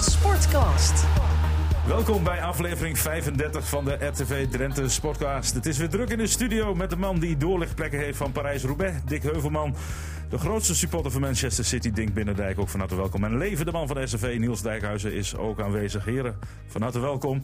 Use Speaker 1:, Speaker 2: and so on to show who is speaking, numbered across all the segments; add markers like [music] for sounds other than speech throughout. Speaker 1: Sportcast.
Speaker 2: Welkom bij aflevering 35 van de RTV Drenthe Sportcast. Het is weer druk in de studio met de man die doorlichtplekken heeft van Parijs-Roubaix, Dick Heuvelman. De grootste supporter van Manchester City, Dink Binnendijk, ook van harte welkom. En Leven, de man van de SV, Niels Dijkhuizen, is ook aanwezig. Heren, van harte welkom.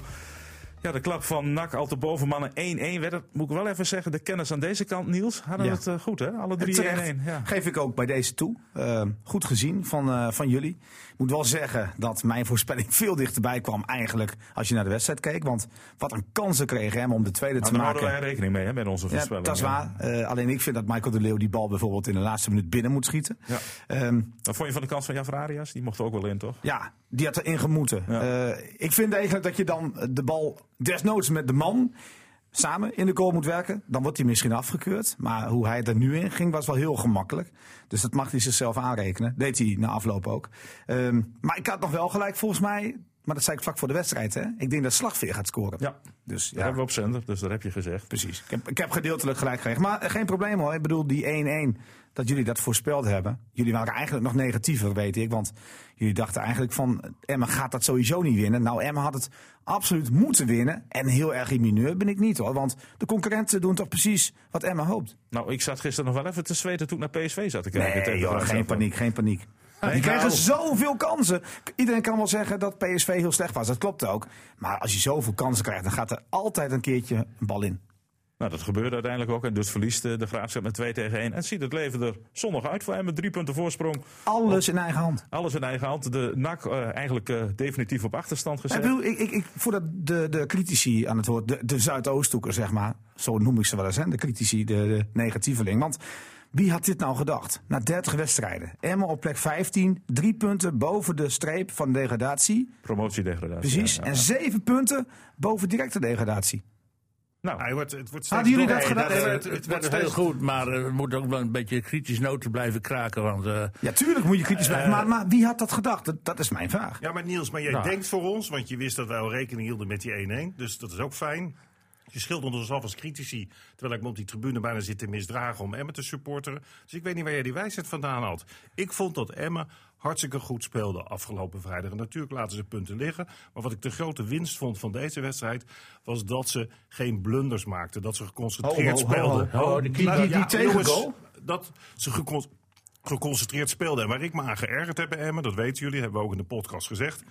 Speaker 2: Ja, de klap van NAC, al te bovenmannen 1-1 werd het. Moet ik wel even zeggen, de kennis aan deze kant, Niels, hadden
Speaker 3: Ja.
Speaker 2: het eh, goed hè? Alle drie 1-1.
Speaker 3: Terecht.
Speaker 2: Ja.
Speaker 3: Geef ik ook bij deze toe. Eh, goed gezien van, eh, van jullie. Ik moet wel zeggen dat mijn voorspelling [laughs] veel dichterbij kwam eigenlijk als je naar de wedstrijd keek. Want wat een kansen kregen hem om de tweede
Speaker 2: Maar
Speaker 3: te
Speaker 2: daar houden wij
Speaker 3: maken.
Speaker 2: rekening mee hè, met onze
Speaker 3: Ja,
Speaker 2: voorspellingen.
Speaker 3: dat is waar. Eh, alleen ik vind dat Michael de Leeuw die bal bijvoorbeeld in de laatste minuut binnen moet schieten.
Speaker 2: Ja.
Speaker 3: Ehm,
Speaker 2: Wat vond je van de kans van Jafar Arias? Die mocht er ook wel in, toch?
Speaker 3: ja, die had erin gemoeten.
Speaker 2: Ja.
Speaker 3: Eh, ik vind eigenlijk dat je dan de bal desnoods met de man samen in de goal moet werken. Dan wordt hij misschien afgekeurd. Maar hoe hij er nu in ging was wel heel gemakkelijk. Dus dat mag hij zichzelf aanrekenen. Deed hij na afloop ook. Ehm, maar ik had nog wel gelijk volgens mij. Maar dat zei ik vlak voor de wedstrijd. Hè? Ik denk dat Slagveer gaat scoren.
Speaker 2: Ja.
Speaker 3: Dus
Speaker 2: Dat
Speaker 3: ja,
Speaker 2: hebben we op zender, dus dat heb je gezegd.
Speaker 3: precies. Ik heb, ik heb gedeeltelijk gelijk gekregen. Maar eh, geen probleem hoor. Ik bedoel, die 1-1, dat jullie dat voorspeld hebben. Jullie waren eigenlijk nog negatiever, weet ik. Want jullie dachten eigenlijk van, eh, Emma gaat dat sowieso niet winnen. Nou, Emma had het absoluut moeten winnen. En heel erg in mineur ben ik niet hoor. Want de concurrenten doen toch precies wat Emma hoopt.
Speaker 2: Nou, ik zat gisteren nog wel even te zweten toen ik naar PSV zat te kijken.
Speaker 3: Nee,
Speaker 2: tegen
Speaker 3: joh,
Speaker 2: Bruins.
Speaker 3: geen paniek, geen paniek.
Speaker 2: nou.
Speaker 3: Die kregen zoveel kansen. Iedereen kan wel zeggen dat PSV heel slecht was. Dat klopt ook. Maar als je zoveel kansen krijgt, dan gaat er altijd een keertje een bal in.
Speaker 2: Nou, dat gebeurde uiteindelijk ook. En dus verliest eh, de Graafschap met 2 tegen 1. En ziet het leven er zondag uit voor hem. Met drie punten voorsprong.
Speaker 3: Alles in eigen hand.
Speaker 2: Alles in eigen hand. De NAC eh, eigenlijk eh, definitief op achterstand gezet.
Speaker 3: Ik bedoel, ik, ik, ik, voordat de, de critici aan het woord, de, de Zuidoosthoeker zeg maar, zo noem ik ze wel eens, hè, de critici, de, de negatieveling. Want wie had dit nou gedacht? Na 30 wedstrijden, Emma op plek 15, drie punten boven de streep van degradatie,
Speaker 2: Promotiedegradatie.
Speaker 3: precies,
Speaker 2: Ja, ja.
Speaker 3: en zeven punten boven directe degradatie.
Speaker 2: Nou,
Speaker 4: Hij wordt, het wordt steeds
Speaker 3: Hadden jullie dat
Speaker 4: beter.
Speaker 3: gedaan?
Speaker 4: Nee,
Speaker 3: Nee,
Speaker 4: het, het wordt
Speaker 5: is heel
Speaker 4: steeds-
Speaker 5: goed, maar eh, we moeten ook wel een beetje kritisch noten blijven kraken. Want eh,
Speaker 3: Ja, tuurlijk moet je kritisch blijven,
Speaker 5: Eh,
Speaker 3: maar, maar wie had dat gedacht? Dat, dat is mijn vraag.
Speaker 4: Ja, maar Niels, maar jij
Speaker 5: Nou.
Speaker 4: denkt voor ons, want je wist dat wij al rekening hielden met die 1-1. Dus dat is ook fijn. Je schildert ons af als critici, terwijl ik me op die tribune bijna zit te misdragen om Emmen te supporteren. Dus ik weet niet waar jij die wijsheid vandaan had. Ik vond dat Emmen hartstikke goed speelde afgelopen vrijdag. En natuurlijk laten ze punten liggen. Maar wat ik de grote winst vond van deze wedstrijd, was dat ze geen blunders maakten. Dat ze geconcentreerd
Speaker 3: Ho, ho, ho, ho.
Speaker 4: speelden.
Speaker 5: Ho, die-
Speaker 4: Nou,
Speaker 3: die- die
Speaker 4: ja,
Speaker 3: tegengoal?
Speaker 4: jongens, dat ze gecon- geconcentreerd speelden. En waar ik me aan geërgerd heb bij Emmen, dat weten jullie, hebben we ook in de podcast gezegd.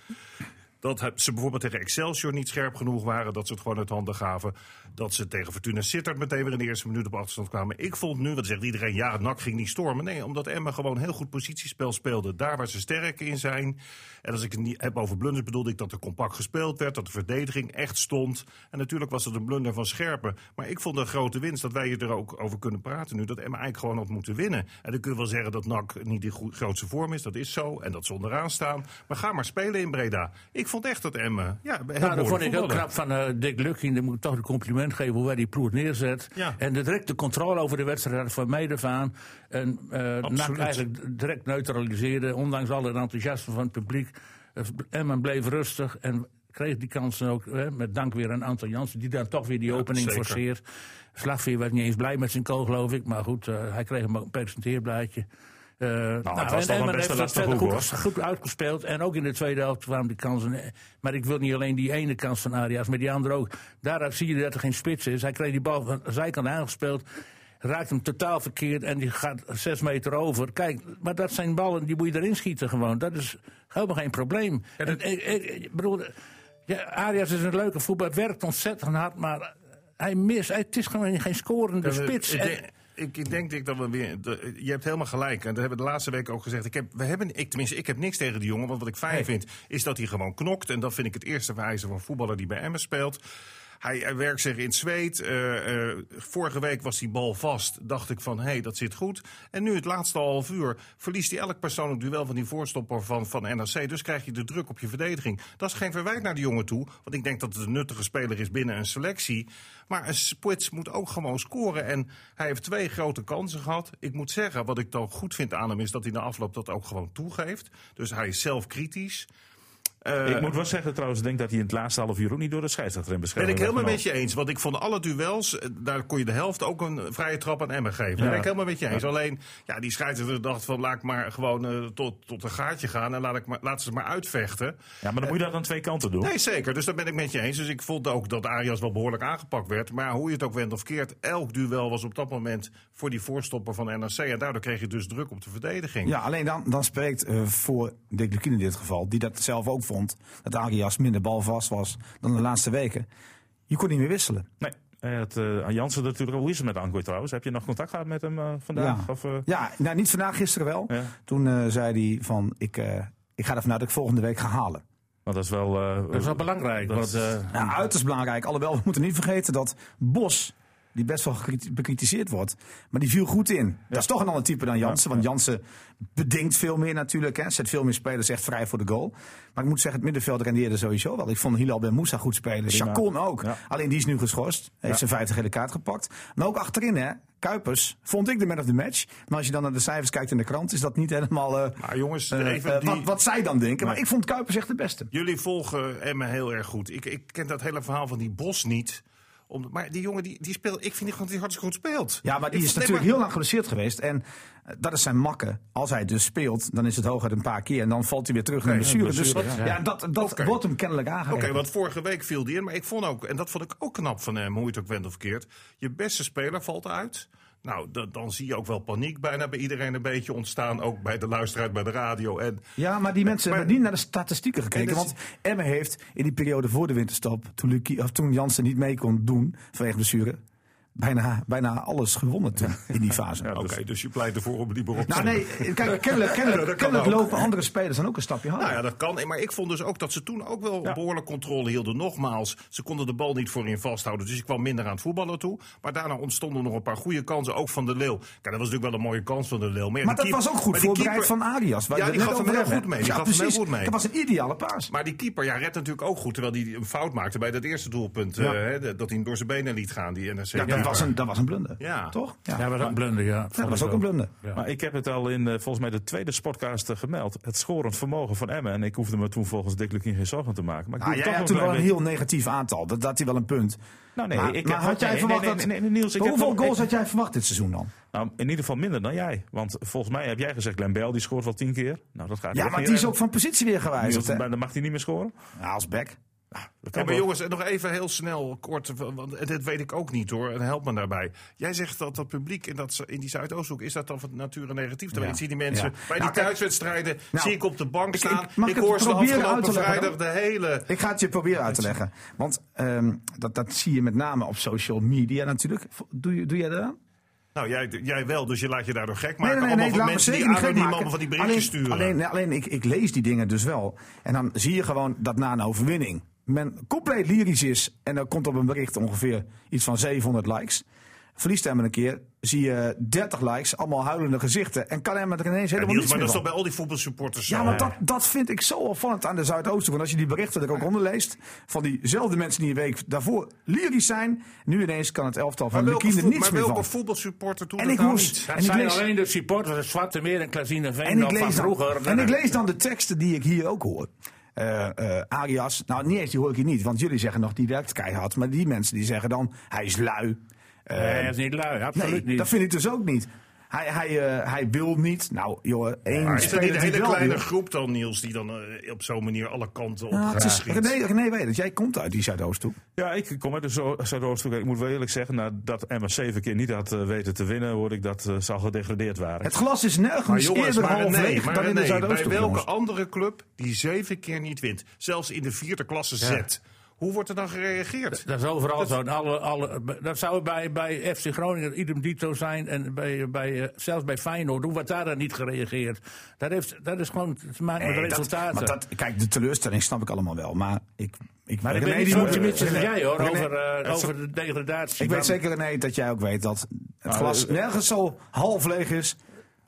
Speaker 4: Dat heb- ze bijvoorbeeld tegen Excelsior niet scherp genoeg waren. Dat ze het gewoon uit handen gaven. Dat ze tegen Fortuna Sittard meteen weer in de eerste minuut op achterstand kwamen. Ik vond nu, wat zegt iedereen, ja, NAC ging niet stormen. Nee, omdat Emma gewoon heel goed positiespel speelde. Daar waar ze sterk in zijn. En als ik het niet heb over blunders, bedoelde ik dat er compact gespeeld werd. Dat de verdediging echt stond. En natuurlijk was het een blunder van Scherpen. Maar ik vond een grote winst dat wij er ook over kunnen praten nu. Dat Emma eigenlijk gewoon had moeten winnen. En dan kun je wel zeggen dat NAC niet de gro- grootste vorm is. Dat is zo. En dat ze onderaan staan. Maar ga maar spelen in Breda. Ik vond echt dat Emma. Ja, heel
Speaker 5: nou, dat
Speaker 4: behoorlijk
Speaker 5: vond ik ook
Speaker 4: voetbalde.
Speaker 5: knap van eh, Dick Lukking. Dan moet ik toch een compliment geven hoe hij die ploeg neerzet.
Speaker 4: Ja.
Speaker 5: En de directe controle over de wedstrijd hadden van Meidevaan. En eh NAC
Speaker 4: Absoluut.
Speaker 5: eigenlijk direct neutraliseerde. Ondanks al het enthousiasme van het publiek. Eh, Emmen bleef rustig en kreeg die kansen ook. eh, met dank weer aan Anton Jansen, die dan toch weer die opening
Speaker 4: zeker.
Speaker 5: forceert. Slagveer werd niet eens blij met zijn kool, geloof ik. Maar goed, eh, hij kreeg hem ook een percenteerblaadje. Eh,
Speaker 2: Nou, was toch wel
Speaker 5: Emmen
Speaker 2: best
Speaker 5: heeft
Speaker 2: een
Speaker 5: het
Speaker 2: lastige
Speaker 5: verder
Speaker 2: hoek,
Speaker 5: goed goed uitgespeeld. En ook in de tweede helft kwamen die kansen. Maar ik wil niet alleen die ene kans van Arias, maar die andere ook. Daaruit zie je dat er geen spits is. Hij kreeg die bal van de zijkant aangespeeld. Raakt hem totaal verkeerd en die gaat zes meter over. Kijk, maar dat zijn ballen, die moet je erin schieten gewoon. Dat is helemaal geen probleem. En ik, ik- ik bedoel, ja, Arias is een leuke voetbal. Het werkt ontzettend hard, maar hij mist. Het is gewoon geen scorende
Speaker 4: Ja, we-
Speaker 5: spits.
Speaker 4: Ik
Speaker 5: En-
Speaker 4: denk, ik, ik denk Dick, dat we weer. de- je hebt helemaal gelijk. En dat hebben we de laatste week ook gezegd. Ik heb, we hebben, ik, tenminste, ik heb niks tegen die jongen. Want wat ik fijn vind, is dat hij gewoon knokt. En dat vind ik het eerste wijze van voetballer die bij Emmen speelt. Hij, hij werkt zich in het zweet. Eh, eh, vorige week was die bal vast. Dacht ik van, hé, hey, dat zit goed. En nu het laatste half uur verliest hij elk persoonlijk duel van die voorstopper van, van NAC. Dus krijg je de druk op je verdediging. Dat is geen verwijt naar de jongen toe. Want ik denk dat het een nuttige speler is binnen een selectie. Maar een spits moet ook gewoon scoren. En hij heeft twee grote kansen gehad. Ik moet zeggen, wat ik dan goed vind aan hem is dat hij na afloop dat ook gewoon toegeeft. Dus hij is zelf kritisch. Eh, Eh,
Speaker 2: ik moet wel zeggen trouwens, ik denk dat hij in het laatste half uur ook niet door de scheidsrechter in
Speaker 4: ben
Speaker 2: bescherming
Speaker 4: ik helemaal
Speaker 2: werd
Speaker 4: met je eens. Want ik vond alle duels, eh, daar kon je de helft ook een eh, vrije trap aan Emmen geven. Ben ik helemaal met je eens. Alleen, ja, die scheidsrechter dacht van laat ik maar gewoon eh, tot, tot een gaatje gaan en laat, ik maar, laat ze het maar uitvechten.
Speaker 2: genomen. Ja, maar dan moet je dat aan twee kanten doen.
Speaker 4: Nee, zeker. Dus daar ben ik met je eens. Dus ik vond ook dat Arias wel behoorlijk aangepakt werd. Maar hoe je het ook wendt of keert, elk duel was op dat moment voor die voorstopper van NAC. En daardoor kreeg je dus druk op de verdediging.
Speaker 3: Ja, alleen dan, dan spreekt eh, voor Dick Lukien in dit geval, die dat zelf ook vond, dat Arias minder balvast was dan de laatste weken. Je kon niet meer wisselen.
Speaker 2: Nee. Eh, het, eh, aan Jansen natuurlijk. Hoe is het met Ankoy trouwens? Heb je nog contact gehad met hem eh, vandaag?
Speaker 3: Ja.
Speaker 2: Of, eh,
Speaker 3: Ja, nou, niet vandaag, gisteren wel.
Speaker 2: Ja.
Speaker 3: Toen eh, zei hij van, ik, eh, ik ga ervan uit dat ik volgende week ga halen.
Speaker 2: want dat is wel... eh,
Speaker 5: Dat is wel belangrijk.
Speaker 2: dat-
Speaker 5: want, eh,
Speaker 3: Ja, uiterst belangrijk. Alhoewel, we moeten niet vergeten dat Bos, die best wel gekrit- bekritiseerd wordt, maar die viel goed in. Dat is toch een ander type dan Jansen. Want Jansen bedingt veel meer natuurlijk. Hè. Zet veel meer spelers echt vrij voor de goal. Maar ik moet zeggen, het middenveld rendeerde sowieso wel. Ik vond Hilal Ben Moussa goed spelen. Chacon ook.
Speaker 2: Ja.
Speaker 3: Alleen die is nu geschorst. Heeft zijn 50 gele kaart gepakt. Maar ook achterin, hè. Kuipers vond ik de man of the match. Maar als je dan naar de cijfers kijkt in de krant, is dat niet helemaal eh,
Speaker 4: Maar jongens,
Speaker 3: eh,
Speaker 4: even
Speaker 3: eh,
Speaker 4: die-
Speaker 3: wat, wat zij dan denken. Maar ik vond Kuipers echt de beste.
Speaker 4: Jullie volgen Emmen heel erg goed. Ik, ik ken dat hele verhaal van die Bos niet. Om, maar die jongen, die, die speelt, ik vind die gewoon dat hij hartstikke goed speelt.
Speaker 3: Ja, maar die
Speaker 4: Ik
Speaker 3: is
Speaker 4: vond- nee,
Speaker 3: natuurlijk
Speaker 4: maar-
Speaker 3: heel lang geblesseerd geweest. En eh, dat is zijn makken. Als hij dus speelt, dan is het hooguit een paar keer. En dan valt hij weer terug naar de blessure. Dus ja, dat, dat
Speaker 4: Oké.
Speaker 3: wordt hem kennelijk aangegeven.
Speaker 4: Oké, want vorige week viel die in. Maar ik vond ook, en dat vond ik ook knap van hem, hoe je het ook wendt of keert. Je beste speler valt uit. Nou, da- dan zie je ook wel paniek bijna bij iedereen een beetje ontstaan. Ook bij de luisteraar, bij de radio. En
Speaker 3: Ja, maar die mensen
Speaker 4: Maar-
Speaker 3: hebben niet naar de statistieken gekeken.
Speaker 4: Nee, dat is-
Speaker 3: Want Emme heeft in die periode voor de winterstop, toen, Lucie- of toen Jansen niet mee kon doen vanwege blessure, bijna, bijna alles gewonnen toen, in die fase.
Speaker 4: Oké, dus je pleit ervoor om liever op te
Speaker 3: Nou nee, [laughs] kijk, kennelijk,
Speaker 4: Ja, dat
Speaker 3: kennelijk,
Speaker 4: kan
Speaker 3: kennelijk
Speaker 4: ook.
Speaker 3: lopen andere spelers dan ook een stapje harder.
Speaker 4: Nou ja, dat kan. Maar ik vond dus ook dat ze toen ook wel behoorlijk controle hielden. Nogmaals, ze konden de bal niet voorin vasthouden. Dus ik kwam minder aan het voetballen toe. Maar daarna ontstonden nog een paar goede kansen, ook van de Leeuw. Kijk, dat was natuurlijk wel een mooie kans van de Leeuw. ja,
Speaker 3: maar
Speaker 4: die
Speaker 3: dat
Speaker 4: keeper-
Speaker 3: was ook
Speaker 4: maar
Speaker 3: goed
Speaker 4: die
Speaker 3: voorbereid
Speaker 4: keeper-
Speaker 3: van Arias. waar
Speaker 4: Ja,
Speaker 3: we
Speaker 4: die
Speaker 3: het
Speaker 4: gaf
Speaker 3: net
Speaker 4: hem heel
Speaker 3: over
Speaker 4: goed
Speaker 3: hebben.
Speaker 4: mee. Die
Speaker 3: Ja,
Speaker 4: gaf hem heel
Speaker 3: precies.
Speaker 4: goed mee.
Speaker 3: Dat was een ideale paas.
Speaker 4: Maar die keeper ja, redt natuurlijk ook goed. Terwijl hij een fout maakte bij dat eerste doelpunt.
Speaker 3: Ja.
Speaker 4: eh, hè, dat hij hem door zijn benen liet gaan. Die NRC
Speaker 3: Ja, dat, was een, dat was een blunder.
Speaker 4: Ja.
Speaker 3: Toch? Ja,
Speaker 5: ja, maar dat blunder, ja. Vond
Speaker 3: dat was
Speaker 5: ik
Speaker 3: ook een blunder.
Speaker 5: Ja.
Speaker 2: Maar ik heb het al in eh, volgens mij de tweede sportcast gemeld. Het schorend vermogen van Emmen. En ik hoefde me toen volgens Dick Lukien geen zorgen te maken. Maar ik
Speaker 3: Ah,
Speaker 2: doe
Speaker 3: jij had
Speaker 2: het
Speaker 3: toen
Speaker 2: toch
Speaker 3: wel
Speaker 2: nog
Speaker 3: een
Speaker 2: een beetje.
Speaker 3: heel negatief aantal. Dat had hij wel een punt.
Speaker 2: Nou nee,
Speaker 3: maar
Speaker 2: ik
Speaker 3: maar
Speaker 2: heb-
Speaker 3: had jij
Speaker 2: nee,
Speaker 3: verwacht
Speaker 2: nee,
Speaker 3: dat...
Speaker 2: nee, nee, Niels, ik heb
Speaker 3: hoeveel
Speaker 2: wel-
Speaker 3: goals
Speaker 2: ik-
Speaker 3: had jij verwacht dit seizoen dan?
Speaker 2: Nou, in ieder geval minder dan jij. Want volgens mij heb jij gezegd, Glenn Bell, die scoort wel tien keer. Nou, dat gaat
Speaker 3: Ja,
Speaker 2: echt niet
Speaker 3: maar die is
Speaker 2: redden.
Speaker 3: ook van positie weer gewijzigd.
Speaker 2: Niels,
Speaker 3: hè?
Speaker 2: maar dan mag hij niet meer scoren.
Speaker 3: Ja, als back.
Speaker 2: Dat kan
Speaker 4: Ja, maar
Speaker 2: wel.
Speaker 4: jongens, en nog even heel snel kort, want en dit weet ik ook niet hoor, en help me daarbij. Jij zegt dat dat publiek in, dat, in die Zuidoosthoek, is dat dan van nature negatief? Terwijl
Speaker 3: Ja.
Speaker 4: ik zie die mensen
Speaker 3: Ja.
Speaker 4: bij
Speaker 3: Nou,
Speaker 4: die
Speaker 3: kijk,
Speaker 4: thuiswedstrijden,
Speaker 3: nou,
Speaker 4: zie ik op de bank
Speaker 3: ik-
Speaker 4: staan.
Speaker 3: ik-
Speaker 4: Ik,
Speaker 3: mag ik het
Speaker 4: hoor ze de
Speaker 3: proberen uit
Speaker 4: afgelopen
Speaker 3: te leggen
Speaker 4: vrijdag de hele...
Speaker 3: Ik ga het je proberen uit te leggen. Want ehm, dat, dat zie je met name op social media natuurlijk. Doe, je- doe jij dat aan?
Speaker 4: Nou, jij, jij wel, dus je laat je daardoor gek maken.
Speaker 3: nee, nee,
Speaker 4: allemaal
Speaker 3: nee, ik
Speaker 4: van
Speaker 3: laat me
Speaker 4: mensen
Speaker 3: zeker
Speaker 4: die
Speaker 3: niet gek
Speaker 4: anoniem
Speaker 3: maken.
Speaker 4: allemaal van die berichtjes
Speaker 3: alleen,
Speaker 4: sturen.
Speaker 3: Alleen, nee, alleen ik, ik lees die dingen dus wel. En dan zie je gewoon dat na een overwinning men compleet lyrisch is. En dan komt op een bericht ongeveer iets van 700 likes. Verliest hem een keer, zie je 30 likes, allemaal huilende gezichten. En kan hem er ineens
Speaker 4: Ja,
Speaker 3: helemaal
Speaker 4: Niels,
Speaker 3: niets
Speaker 4: maar
Speaker 3: meer
Speaker 4: dat is
Speaker 3: van.
Speaker 4: toch bij al die voetbalsupporters
Speaker 3: Ja,
Speaker 4: zo?
Speaker 3: maar dat, dat vind ik zo opvallend aan de Zuidoosten. Want als je die berichten er ook onder leest, van diezelfde mensen die een week daarvoor lyrisch zijn. Nu ineens kan het elftal van
Speaker 4: Maar
Speaker 3: de
Speaker 4: welke,
Speaker 3: kinderen
Speaker 4: voet-
Speaker 3: niets
Speaker 4: maar
Speaker 3: meer
Speaker 4: welke
Speaker 3: van.
Speaker 4: voetbalsupporter doet
Speaker 3: En
Speaker 4: dat
Speaker 3: ik
Speaker 4: nou
Speaker 3: moest-
Speaker 4: niet?
Speaker 5: Dat
Speaker 3: En ik
Speaker 5: zijn
Speaker 3: lees-
Speaker 5: alleen de supporters van Zwarte Meer en Klazineveen
Speaker 3: En ik,
Speaker 5: nog van
Speaker 3: lees
Speaker 5: vroeger.
Speaker 3: dan, en ik lees dan de teksten die ik hier ook hoor. Eh, eh, Arias, nou niet eens, die hoor ik hier niet. Want jullie zeggen nog, die werkt keihard. Maar die mensen die zeggen dan, hij is lui. Eh,
Speaker 5: Nee, dat is niet lui, absoluut
Speaker 3: nee,
Speaker 5: niet.
Speaker 3: dat vind ik dus ook niet. Hij, hij, eh, hij wil niet. Nou, jongen, één
Speaker 4: Maar Ah, is dat
Speaker 3: speler
Speaker 4: niet een
Speaker 3: die
Speaker 4: hele
Speaker 3: wel
Speaker 4: kleine
Speaker 3: wil.
Speaker 4: groep dan, Niels, die dan eh, op zo'n manier alle kanten op
Speaker 3: Nou, het
Speaker 4: gaat
Speaker 3: is,
Speaker 4: schiet?
Speaker 3: René, René weet het, jij komt uit die Zuidoosthoek.
Speaker 2: Ja, ik kom uit de Zo- Zuidoosthoek. Ik moet wel eerlijk zeggen, nadat Emma zeven keer niet had eh, weten te winnen, hoorde ik dat eh, ze al gedegradeerd waren.
Speaker 3: Het glas is nergens eerder half
Speaker 4: René,
Speaker 3: leeg
Speaker 4: maar
Speaker 3: dan in de
Speaker 4: René,
Speaker 3: Zuidoosthoek.
Speaker 4: Bij welke
Speaker 3: jongens.
Speaker 4: andere club die zeven keer niet wint, zelfs in de vierde klasse zet, hoe wordt er dan gereageerd?
Speaker 5: Dat is overal zo. En Alle, alle, dat zou bij, bij FC Groningen idem dito zijn. En bij, bij, eh, zelfs bij Feyenoord. Hoe wordt daar dan niet gereageerd? Dat, heeft, dat is gewoon te maken
Speaker 3: Nee,
Speaker 5: met de
Speaker 3: dat-
Speaker 5: resultaten.
Speaker 3: maar dat, kijk, de teleurstelling snap ik allemaal wel. Maar ik, ik,
Speaker 5: maar ik
Speaker 3: René,
Speaker 5: ben niet
Speaker 3: die
Speaker 5: zo
Speaker 3: moet-
Speaker 5: optimistisch als
Speaker 3: René-
Speaker 5: jij hoor.
Speaker 3: René-
Speaker 5: Over, eh, over de degradatie.
Speaker 3: Ik weet
Speaker 5: Dan- Nou, dus,
Speaker 3: zeker, René, dat jij ook weet dat het glas
Speaker 2: eh,
Speaker 3: nergens zo half leeg is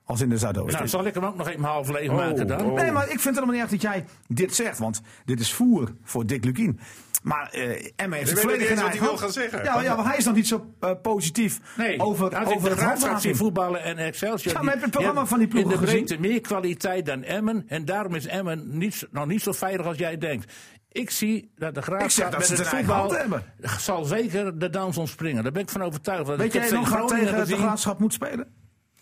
Speaker 3: als in de Dus- Zuidoosten.
Speaker 5: Nou, Oh. zal ik hem ook nog even half
Speaker 3: Oh,
Speaker 5: leeg maken dan?
Speaker 3: Nee, maar ik vind het helemaal niet erg dat jij dit zegt, want dit is voer voor Dick Lukien. Maar eh Emme heeft
Speaker 4: Ik
Speaker 3: het
Speaker 4: weet niet
Speaker 3: volledig in
Speaker 4: eens wat
Speaker 3: eigen
Speaker 4: hij wil
Speaker 3: hand.
Speaker 4: gaan zeggen.
Speaker 3: Ja, ja, maar hij is nog niet zo eh, positief
Speaker 5: Nee,
Speaker 3: over,
Speaker 5: had ik
Speaker 3: over
Speaker 5: de
Speaker 3: het
Speaker 5: graag had zien
Speaker 3: handhaven.
Speaker 5: voetballen en Excelsior.
Speaker 3: Ja, maar
Speaker 5: die-
Speaker 3: heb je het
Speaker 5: die
Speaker 3: programma
Speaker 5: hebben
Speaker 3: van die ploegen
Speaker 5: In de
Speaker 3: gezien?
Speaker 5: breedte meer kwaliteit dan Emmen. En daarom is Emmen niet, zo- nog niet zo veilig als jij denkt. Ik zie dat de
Speaker 3: Ik zeg
Speaker 5: Graafschap
Speaker 3: dat
Speaker 5: met
Speaker 3: ze
Speaker 5: het
Speaker 3: het in eigen
Speaker 5: voetbal
Speaker 3: hand hebben.
Speaker 5: zal zeker de dans ontspringen. Daar ben ik van overtuigd. Want
Speaker 3: Weet
Speaker 5: ik heb
Speaker 3: jij nog
Speaker 5: tegen
Speaker 3: wat
Speaker 5: Groningen
Speaker 3: tegen de
Speaker 5: gezien.
Speaker 3: graafschap moet spelen?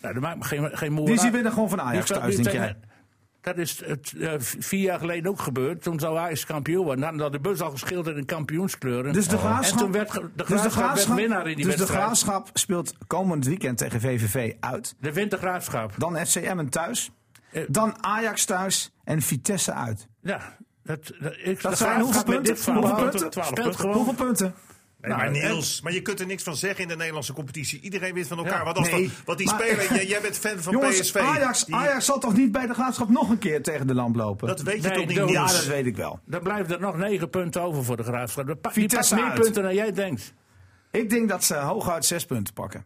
Speaker 5: Nou, dat maakt me geen, geen moer
Speaker 3: Die
Speaker 5: uit.
Speaker 3: zien winnen gewoon van Ajax
Speaker 5: Die zou-
Speaker 3: thuis,
Speaker 5: die
Speaker 3: denk
Speaker 5: tegen-
Speaker 3: jij?
Speaker 5: Dat is het, eh, v- vier jaar geleden ook gebeurd. Toen zou Ajax kampioen worden. Nou, Dan had de bus al geschilderd in kampioenskleuren.
Speaker 3: Dus de graafschap,
Speaker 5: Oh. En toen werd ge- de graafschap,
Speaker 3: dus de graafschap,
Speaker 5: werd winnaar in die
Speaker 3: dus de
Speaker 5: wedstrijd.
Speaker 3: graafschap speelt komend weekend tegen VVV uit.
Speaker 5: De wint de graafschap.
Speaker 3: Dan FCM en thuis.
Speaker 5: Eh.
Speaker 3: Dan Ajax thuis en Vitesse uit.
Speaker 5: Ja, dat, dat, ik,
Speaker 3: Dat zijn hoeveel punten? Hoeveel punten?
Speaker 5: Speelt
Speaker 3: Hoeveel
Speaker 5: gewoon.
Speaker 3: punten?
Speaker 4: Nee, maar
Speaker 5: Nou,
Speaker 4: Niels, maar je kunt er niks van zeggen in de Nederlandse competitie. Iedereen wint van elkaar.
Speaker 5: Ja,
Speaker 4: wat, als
Speaker 3: nee,
Speaker 4: dat, wat die
Speaker 3: maar-
Speaker 4: speler, jij, jij bent fan van
Speaker 3: Jongens,
Speaker 4: PSV.
Speaker 3: Ajax,
Speaker 4: Die-
Speaker 3: Ajax zal toch niet bij de graafschap nog een keer tegen de lamp lopen?
Speaker 4: Dat weet je
Speaker 5: Nee,
Speaker 4: toch niet,
Speaker 5: dat-
Speaker 4: Niels?
Speaker 3: ja, dat weet ik wel.
Speaker 5: Dan blijven er nog negen punten over voor de graafschap. Die pakt
Speaker 3: Vitesse
Speaker 5: meer
Speaker 3: uit.
Speaker 5: punten dan jij denkt.
Speaker 3: Ik denk dat ze hooguit zes punten pakken.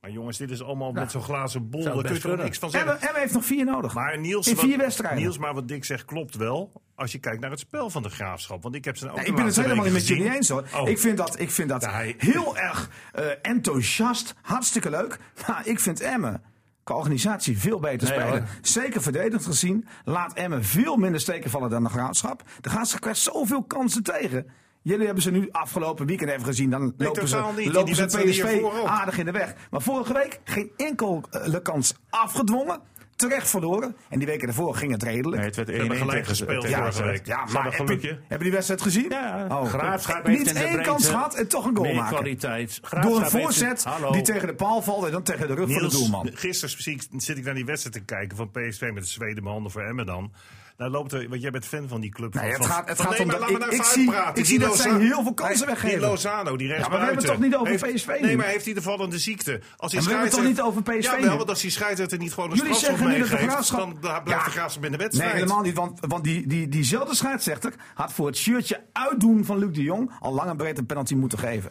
Speaker 4: Maar jongens, dit is allemaal
Speaker 5: Nou,
Speaker 4: met zo'n glazen bol.
Speaker 5: zou
Speaker 4: Daar kun je
Speaker 5: best
Speaker 4: toch
Speaker 5: kunnen.
Speaker 4: niks van
Speaker 3: Emme,
Speaker 4: zeggen.
Speaker 3: Emme heeft nog vier nodig.
Speaker 4: Maar Niels,
Speaker 3: In
Speaker 4: wat-
Speaker 3: vier wedstrijden.
Speaker 4: Niels, maar wat Dick zegt klopt wel. Als je kijkt naar het spel van de graafschap. Want ik heb ze nou ook
Speaker 3: Nee,
Speaker 4: de
Speaker 3: ik ben het
Speaker 4: laatste
Speaker 3: helemaal niet met
Speaker 4: weken
Speaker 3: jullie eens
Speaker 4: gezien.
Speaker 3: hoor.
Speaker 4: Oh.
Speaker 3: Ik vind dat, ik vind dat
Speaker 4: Ja, hij-
Speaker 3: heel erg eh, enthousiast, hartstikke leuk. Maar ik vind Emmen qua organisatie veel beter
Speaker 5: Nee,
Speaker 3: spelen.
Speaker 5: hoor.
Speaker 3: Zeker verdedigend gezien laat Emmen veel minder steken vallen dan de Graafschap. De Graafschap krijgt zoveel kansen tegen. Jullie hebben ze nu afgelopen weekend even gezien. Dan lopen ze,
Speaker 4: totaal niet. In
Speaker 3: lopen
Speaker 4: die
Speaker 3: ze
Speaker 4: wedstrijd
Speaker 3: PSV
Speaker 4: hiervoor ook.
Speaker 3: aardig in de weg. Maar vorige week geen enkele eh, kans afgedwongen. Terecht verloren. En die weken daarvoor ging het redelijk.
Speaker 2: Nee, het werd 1-1
Speaker 4: hebben gelijk
Speaker 2: tegen-
Speaker 4: gespeeld
Speaker 2: tegen-
Speaker 4: vorige week.
Speaker 2: Ja, maar een
Speaker 3: heb-
Speaker 2: gelukje.
Speaker 3: Hebben die wedstrijd gezien?
Speaker 2: Ja.
Speaker 5: Graafschap heeft
Speaker 3: Oh, Niet
Speaker 5: in de
Speaker 3: één
Speaker 5: breedte
Speaker 3: kans gehad en toch een goal
Speaker 5: meer
Speaker 3: maken.
Speaker 5: kwaliteit. Graafschap
Speaker 3: Door een
Speaker 5: heeft het-
Speaker 3: voorzet
Speaker 5: Hallo.
Speaker 3: die tegen de paal valt en dan tegen de rug van de
Speaker 4: Niels,
Speaker 3: doelman.
Speaker 4: gisteren zie ik- zit ik naar die wedstrijd te kijken van PSV met de Zweden handen voor Emmen dan. Nou loopt er, want jij bent fan van die club.
Speaker 3: Nee,
Speaker 4: van-
Speaker 3: het
Speaker 4: van-
Speaker 3: gaat- het
Speaker 4: van-
Speaker 3: gaat
Speaker 4: nee,
Speaker 3: om
Speaker 4: maar
Speaker 3: dat-
Speaker 4: laat me
Speaker 3: ik-
Speaker 4: nou
Speaker 3: ik
Speaker 4: eens
Speaker 3: zie-
Speaker 4: uitpraten.
Speaker 3: ik zie
Speaker 4: Die
Speaker 3: dat zij
Speaker 4: Lozano-
Speaker 3: heel veel kansen
Speaker 4: Nee,
Speaker 3: weggeven.
Speaker 4: Die Lozano, die rechts
Speaker 3: Ja, maar we hebben het toch niet over PSV nu?
Speaker 4: Nee, maar heeft hij de vallende ziekte? Als hij
Speaker 3: En we hebben het toch
Speaker 4: scheidsrechter-
Speaker 3: niet over PSV
Speaker 4: Jawel,
Speaker 3: nu?
Speaker 4: want als die scheidsrechter er niet gewoon een
Speaker 3: Jullie
Speaker 4: strafschop
Speaker 3: zeggen nu dat de
Speaker 4: meegeeft,
Speaker 3: graafschap.
Speaker 4: dan dan blijft
Speaker 3: Ja.
Speaker 4: de graafschap in de
Speaker 3: Nee,
Speaker 4: wedstrijd.
Speaker 3: helemaal niet. Want, want die, die, diezelfde scheidsrechter had voor het shirtje uitdoen van Luc de Jong al lang en breed een penalty moeten geven.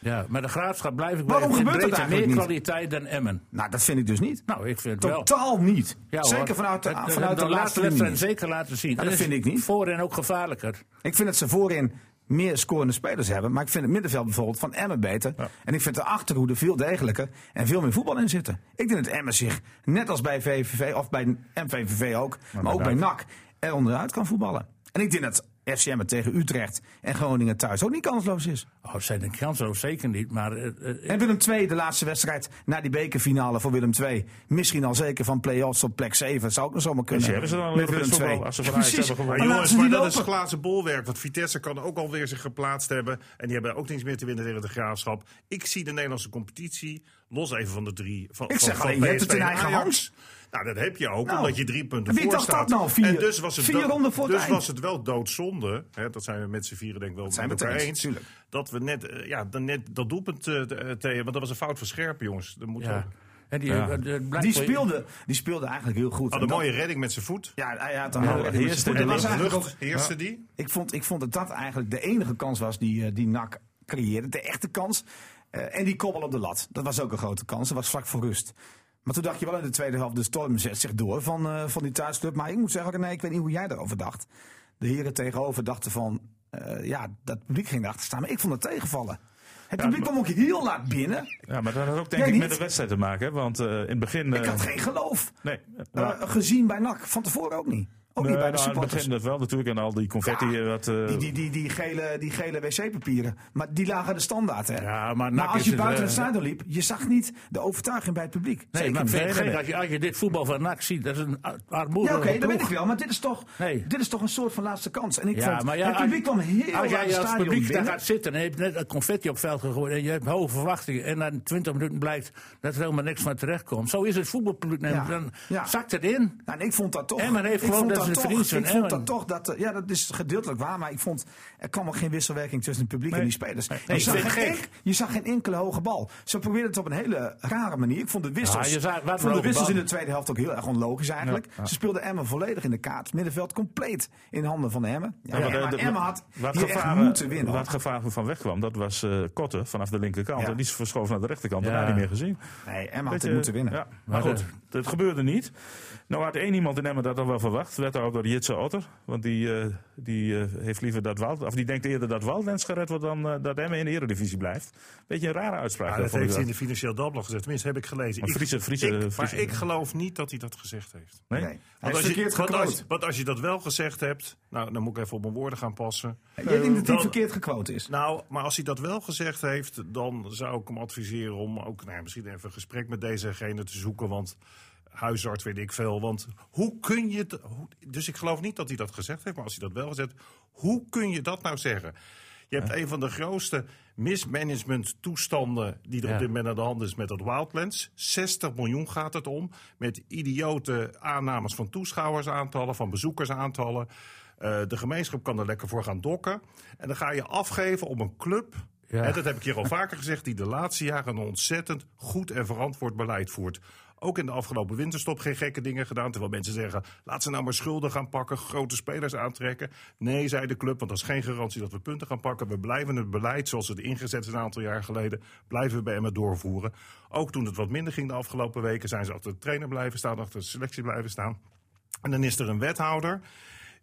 Speaker 5: Ja, maar de graafschap blijf ik
Speaker 3: Waarom
Speaker 5: bij.
Speaker 3: gebeurt dat
Speaker 5: breedte meer
Speaker 3: eigenlijk niet?
Speaker 5: kwaliteit dan Emmen.
Speaker 3: Nou, dat vind ik dus niet.
Speaker 5: Nou, ik vind het wel.
Speaker 3: Totaal niet.
Speaker 5: Ja, hoor.
Speaker 3: Zeker vanuit de,
Speaker 5: Het- het-
Speaker 3: vanuit de, laatste linie.
Speaker 5: wedstrijd zeker laten zien.
Speaker 3: dat
Speaker 5: is
Speaker 3: vind ik niet.
Speaker 5: Voorin ook gevaarlijker.
Speaker 3: Ik vind dat ze voorin meer scorende spelers hebben. Maar ik vind het middenveld bijvoorbeeld van Emmen beter. En ik vind de achterhoede veel degelijker. En veel meer voetbal in zitten. Ik denk dat Emmen zich, net als bij VVV, of bij MVVV ook. Maar, ook bij NAC, er onderuit kan voetballen. En ik denk dat FCM tegen Utrecht en Groningen thuis ook niet kansloos is.
Speaker 5: Oh, het zijn de kansen ook zeker niet. Maar eh, eh,
Speaker 3: En Willem II, de laatste wedstrijd na die bekerfinale voor Willem II. Misschien al zeker van play-offs op plek 7. Zou ook nog zomaar kunnen.
Speaker 2: ze hebben ze dan
Speaker 3: Met
Speaker 2: Europees
Speaker 3: Willem
Speaker 2: voetbal,
Speaker 3: II.
Speaker 2: als ze van Ajax
Speaker 3: Precies.
Speaker 2: hebben
Speaker 4: Maar
Speaker 2: gewonnen.
Speaker 3: Maar laten
Speaker 4: jongens,
Speaker 3: ze
Speaker 4: maar
Speaker 3: die
Speaker 4: dat is
Speaker 3: lopen.
Speaker 4: glazen bolwerk. Want Vitesse kan ook alweer zich geplaatst hebben. En die hebben ook niks meer te winnen tegen de graafschap. Ik zie de Nederlandse competitie, los even van de drie. Van,
Speaker 3: Ik
Speaker 4: van-
Speaker 3: zeg
Speaker 4: van
Speaker 3: alleen, je hebt
Speaker 4: PSV
Speaker 3: het in
Speaker 4: en
Speaker 3: eigen
Speaker 4: Ajax.
Speaker 3: hand.
Speaker 4: Nou, dat heb je ook,
Speaker 3: Nou,
Speaker 4: omdat je drie punten
Speaker 3: wie
Speaker 4: voor
Speaker 3: dacht
Speaker 4: staat.
Speaker 3: dat nou? Vier-
Speaker 4: en dus was het
Speaker 3: vier
Speaker 4: dood-
Speaker 3: ronden voor het
Speaker 4: Dus
Speaker 3: eind.
Speaker 4: was het wel doodzonde. Hè, dat zijn we met z'n vieren denk ik wel
Speaker 3: zijn
Speaker 4: met
Speaker 3: we het
Speaker 4: elkaar
Speaker 3: eens,
Speaker 4: eens.
Speaker 3: tuurlijk.
Speaker 4: Dat we net, eh, ja, dan net dat doelpunt eh, eh, tegen... Want dat was een fout van Scherp, jongens. Dat moet
Speaker 5: ja. En die, eh, eh, blijkt-
Speaker 3: Die speelde, die speelde eigenlijk heel goed.
Speaker 4: Had
Speaker 3: En
Speaker 4: een
Speaker 3: dat-
Speaker 4: mooie redding met zijn voet.
Speaker 3: Ja, hij had een
Speaker 2: Ja,
Speaker 3: hele
Speaker 2: de
Speaker 3: goede
Speaker 2: eerste
Speaker 3: support.
Speaker 2: de
Speaker 3: Dat was
Speaker 2: lucht.
Speaker 3: eigenlijk ook-
Speaker 4: lucht, eerste die.
Speaker 3: ik, vond, ik vond dat dat eigenlijk de enige kans was die, eh, die NAC creëerde. De echte kans. Eh, en die kobbel op de lat. Dat was ook een grote kans. Dat was vlak voor rust. Maar toen dacht je wel in de tweede helft, de storm zet zich door van, eh, van die thuisclub. Maar ik moet zeggen, nee, ik weet niet hoe jij daarover dacht. De heren tegenover dachten van, eh, ja, dat publiek ging erachter staan. Maar ik vond het tegenvallen. Het publiek kwam ook heel laat binnen.
Speaker 2: Ja, maar dat had ook denk
Speaker 3: Jij
Speaker 2: ik
Speaker 3: niet?
Speaker 2: met de wedstrijd te maken. hè, Want eh, in het begin...
Speaker 3: Ik
Speaker 2: eh,
Speaker 3: had geen geloof.
Speaker 2: Nee,
Speaker 3: Eh,
Speaker 2: maar-
Speaker 3: gezien bij NAC. Van tevoren ook niet. Ook niet
Speaker 2: Nee,
Speaker 3: bij de
Speaker 2: nou, in het
Speaker 3: supporters.
Speaker 2: begin dat wel natuurlijk. En al die confetti.
Speaker 3: Ja,
Speaker 2: eh, wat, eh,
Speaker 3: Die, die, die, die gele, die gele wc-papieren. Maar die lagen de standaard, hè?
Speaker 5: Ja, maar
Speaker 3: maar
Speaker 5: NAC
Speaker 3: als
Speaker 5: is
Speaker 3: je
Speaker 5: het,
Speaker 3: buiten
Speaker 5: eh,
Speaker 3: het stadion liep, je zag niet de overtuiging bij het publiek.
Speaker 5: Nee,
Speaker 3: Zeker
Speaker 5: maar
Speaker 3: niet.
Speaker 5: vind je het
Speaker 2: Nee,
Speaker 5: gek,
Speaker 2: nee.
Speaker 5: als, je, als je dit voetbal van NAC ziet, dat is een ar- armoedige
Speaker 3: Ja, oké, dat weet
Speaker 5: ploeg.
Speaker 3: ik wel. Maar dit is toch,
Speaker 5: Nee.
Speaker 3: dit is toch een soort van laatste kans. En ik
Speaker 5: Ja,
Speaker 3: vond,
Speaker 5: maar ja,
Speaker 3: het publiek kwam heel
Speaker 5: als
Speaker 3: laat het
Speaker 5: jij als
Speaker 3: stadion
Speaker 5: publiek daar
Speaker 3: binnen.
Speaker 5: gaat zitten en je hebt net een confetti op het veld gegooid en je hebt hoge verwachtingen en na 20 minuten blijkt dat er helemaal niks van terecht komt. Zo is het voetbalpubliek. Nee,
Speaker 3: Ja,
Speaker 5: Dan
Speaker 3: ja.
Speaker 5: zakt het in.
Speaker 3: Nou, en ik vond dat toch.
Speaker 5: Emmen heeft
Speaker 3: ik
Speaker 5: gewoon
Speaker 3: vond
Speaker 5: dat ze het
Speaker 3: toch,
Speaker 5: verliezen.
Speaker 3: Ik vond
Speaker 5: Emmen.
Speaker 3: dat toch. Dat, eh, ja, dat is gedeeltelijk waar. Maar ik vond. Er kwam ook geen wisselwerking tussen het publiek en die spelers.
Speaker 5: Nee,
Speaker 3: je, zag
Speaker 5: ik vind
Speaker 3: geen
Speaker 5: het
Speaker 3: enk- je zag geen enkele hoge bal. Ze probeerden het op een hele rare manier. Ik vond de wissels,
Speaker 5: Ja, je zag-
Speaker 3: ik
Speaker 5: wat een
Speaker 3: vond de
Speaker 5: hoge
Speaker 3: wissels in
Speaker 5: bal.
Speaker 3: de tweede helft ook heel erg onlogisch eigenlijk. Ze speelden Emmen volledig in de kaart. Middenveld compleet in handen van Emmen. Ja,
Speaker 2: Ja, maar
Speaker 3: Emmen-
Speaker 2: de- de-
Speaker 3: Emmen had
Speaker 2: waar het
Speaker 3: hier echt
Speaker 2: gevaar,
Speaker 3: moeten winnen.
Speaker 2: Waar
Speaker 3: hoor.
Speaker 2: het gevaar van wegkwam, dat was eh Kotte vanaf de linkerkant.
Speaker 3: Ja.
Speaker 2: En die is verschoven naar de rechterkant.
Speaker 5: Ja.
Speaker 2: Daarna niet meer gezien.
Speaker 3: Nee, Emmen had
Speaker 2: Beetje,
Speaker 3: het moeten winnen.
Speaker 2: Ja,
Speaker 5: Maar
Speaker 2: maar goed,
Speaker 5: de-
Speaker 2: dat, Dat gebeurde niet. Nou had één iemand in Emmen dat al wel verwacht. Werd ook door Jitse Otter. Want die, eh, die eh, heeft liever dat Wald, of die denkt eerder dat Waldens gered wordt dan eh, dat Emmen in de Eredivisie blijft. Beetje een rare uitspraak. eh,
Speaker 4: Ja,
Speaker 2: dat
Speaker 4: Ah, dat
Speaker 2: vond ik
Speaker 4: heeft hij
Speaker 2: wel.
Speaker 4: in de Financieel Dagblad gezegd. Tenminste, heb ik gelezen.
Speaker 2: Maar
Speaker 4: Ik-
Speaker 2: Friese- Friese-
Speaker 4: ik- maar
Speaker 2: Friese-
Speaker 4: ik geloof niet dat hij dat gezegd heeft.
Speaker 2: Nee?
Speaker 3: Nee. Hij
Speaker 4: Want
Speaker 3: is
Speaker 4: als, je,
Speaker 3: verkeerd
Speaker 4: want, als,
Speaker 3: gekloot.
Speaker 4: want als je dat wel gezegd hebt, nou, dan moet ik even op mijn woorden gaan passen.
Speaker 3: Jij denkt dat hij
Speaker 5: Eh,
Speaker 4: Dan-
Speaker 3: verkeerd gekwoot is.
Speaker 4: Nou, maar als hij dat wel gezegd heeft, dan zou ik hem adviseren om ook nou, ja, misschien even een gesprek met dezegene te zoeken. Want huisarts weet ik veel. Want hoe kun je. het- hoe- dus ik geloof niet dat hij dat gezegd heeft, maar als hij dat wel gezegd heeft, hoe kun je dat nou zeggen? Je hebt een van de grootste mismanagement toestanden die er
Speaker 5: Ja.
Speaker 4: op dit moment aan de hand is met dat Wildlands. 60 miljoen gaat het om. Met idiote aannames van toeschouwersaantallen, van bezoekersaantallen. Eh, de gemeenschap kan er lekker voor gaan dokken. En dan ga je afgeven op een club.
Speaker 5: Ja.
Speaker 4: En dat heb ik hier al vaker gezegd, die de laatste jaren een ontzettend goed en verantwoord beleid voert. Ook in de afgelopen winterstop geen gekke dingen gedaan. Terwijl mensen zeggen: laat ze nou maar schulden gaan pakken, grote spelers aantrekken. Nee, zei de club, want dat is geen garantie dat we punten gaan pakken. We blijven het beleid zoals het ingezet is een aantal jaar geleden, blijven we bij Emmen doorvoeren. Ook toen het wat minder ging de afgelopen weken, zijn ze achter de trainer blijven staan, achter de selectie blijven staan. En dan is er een wethouder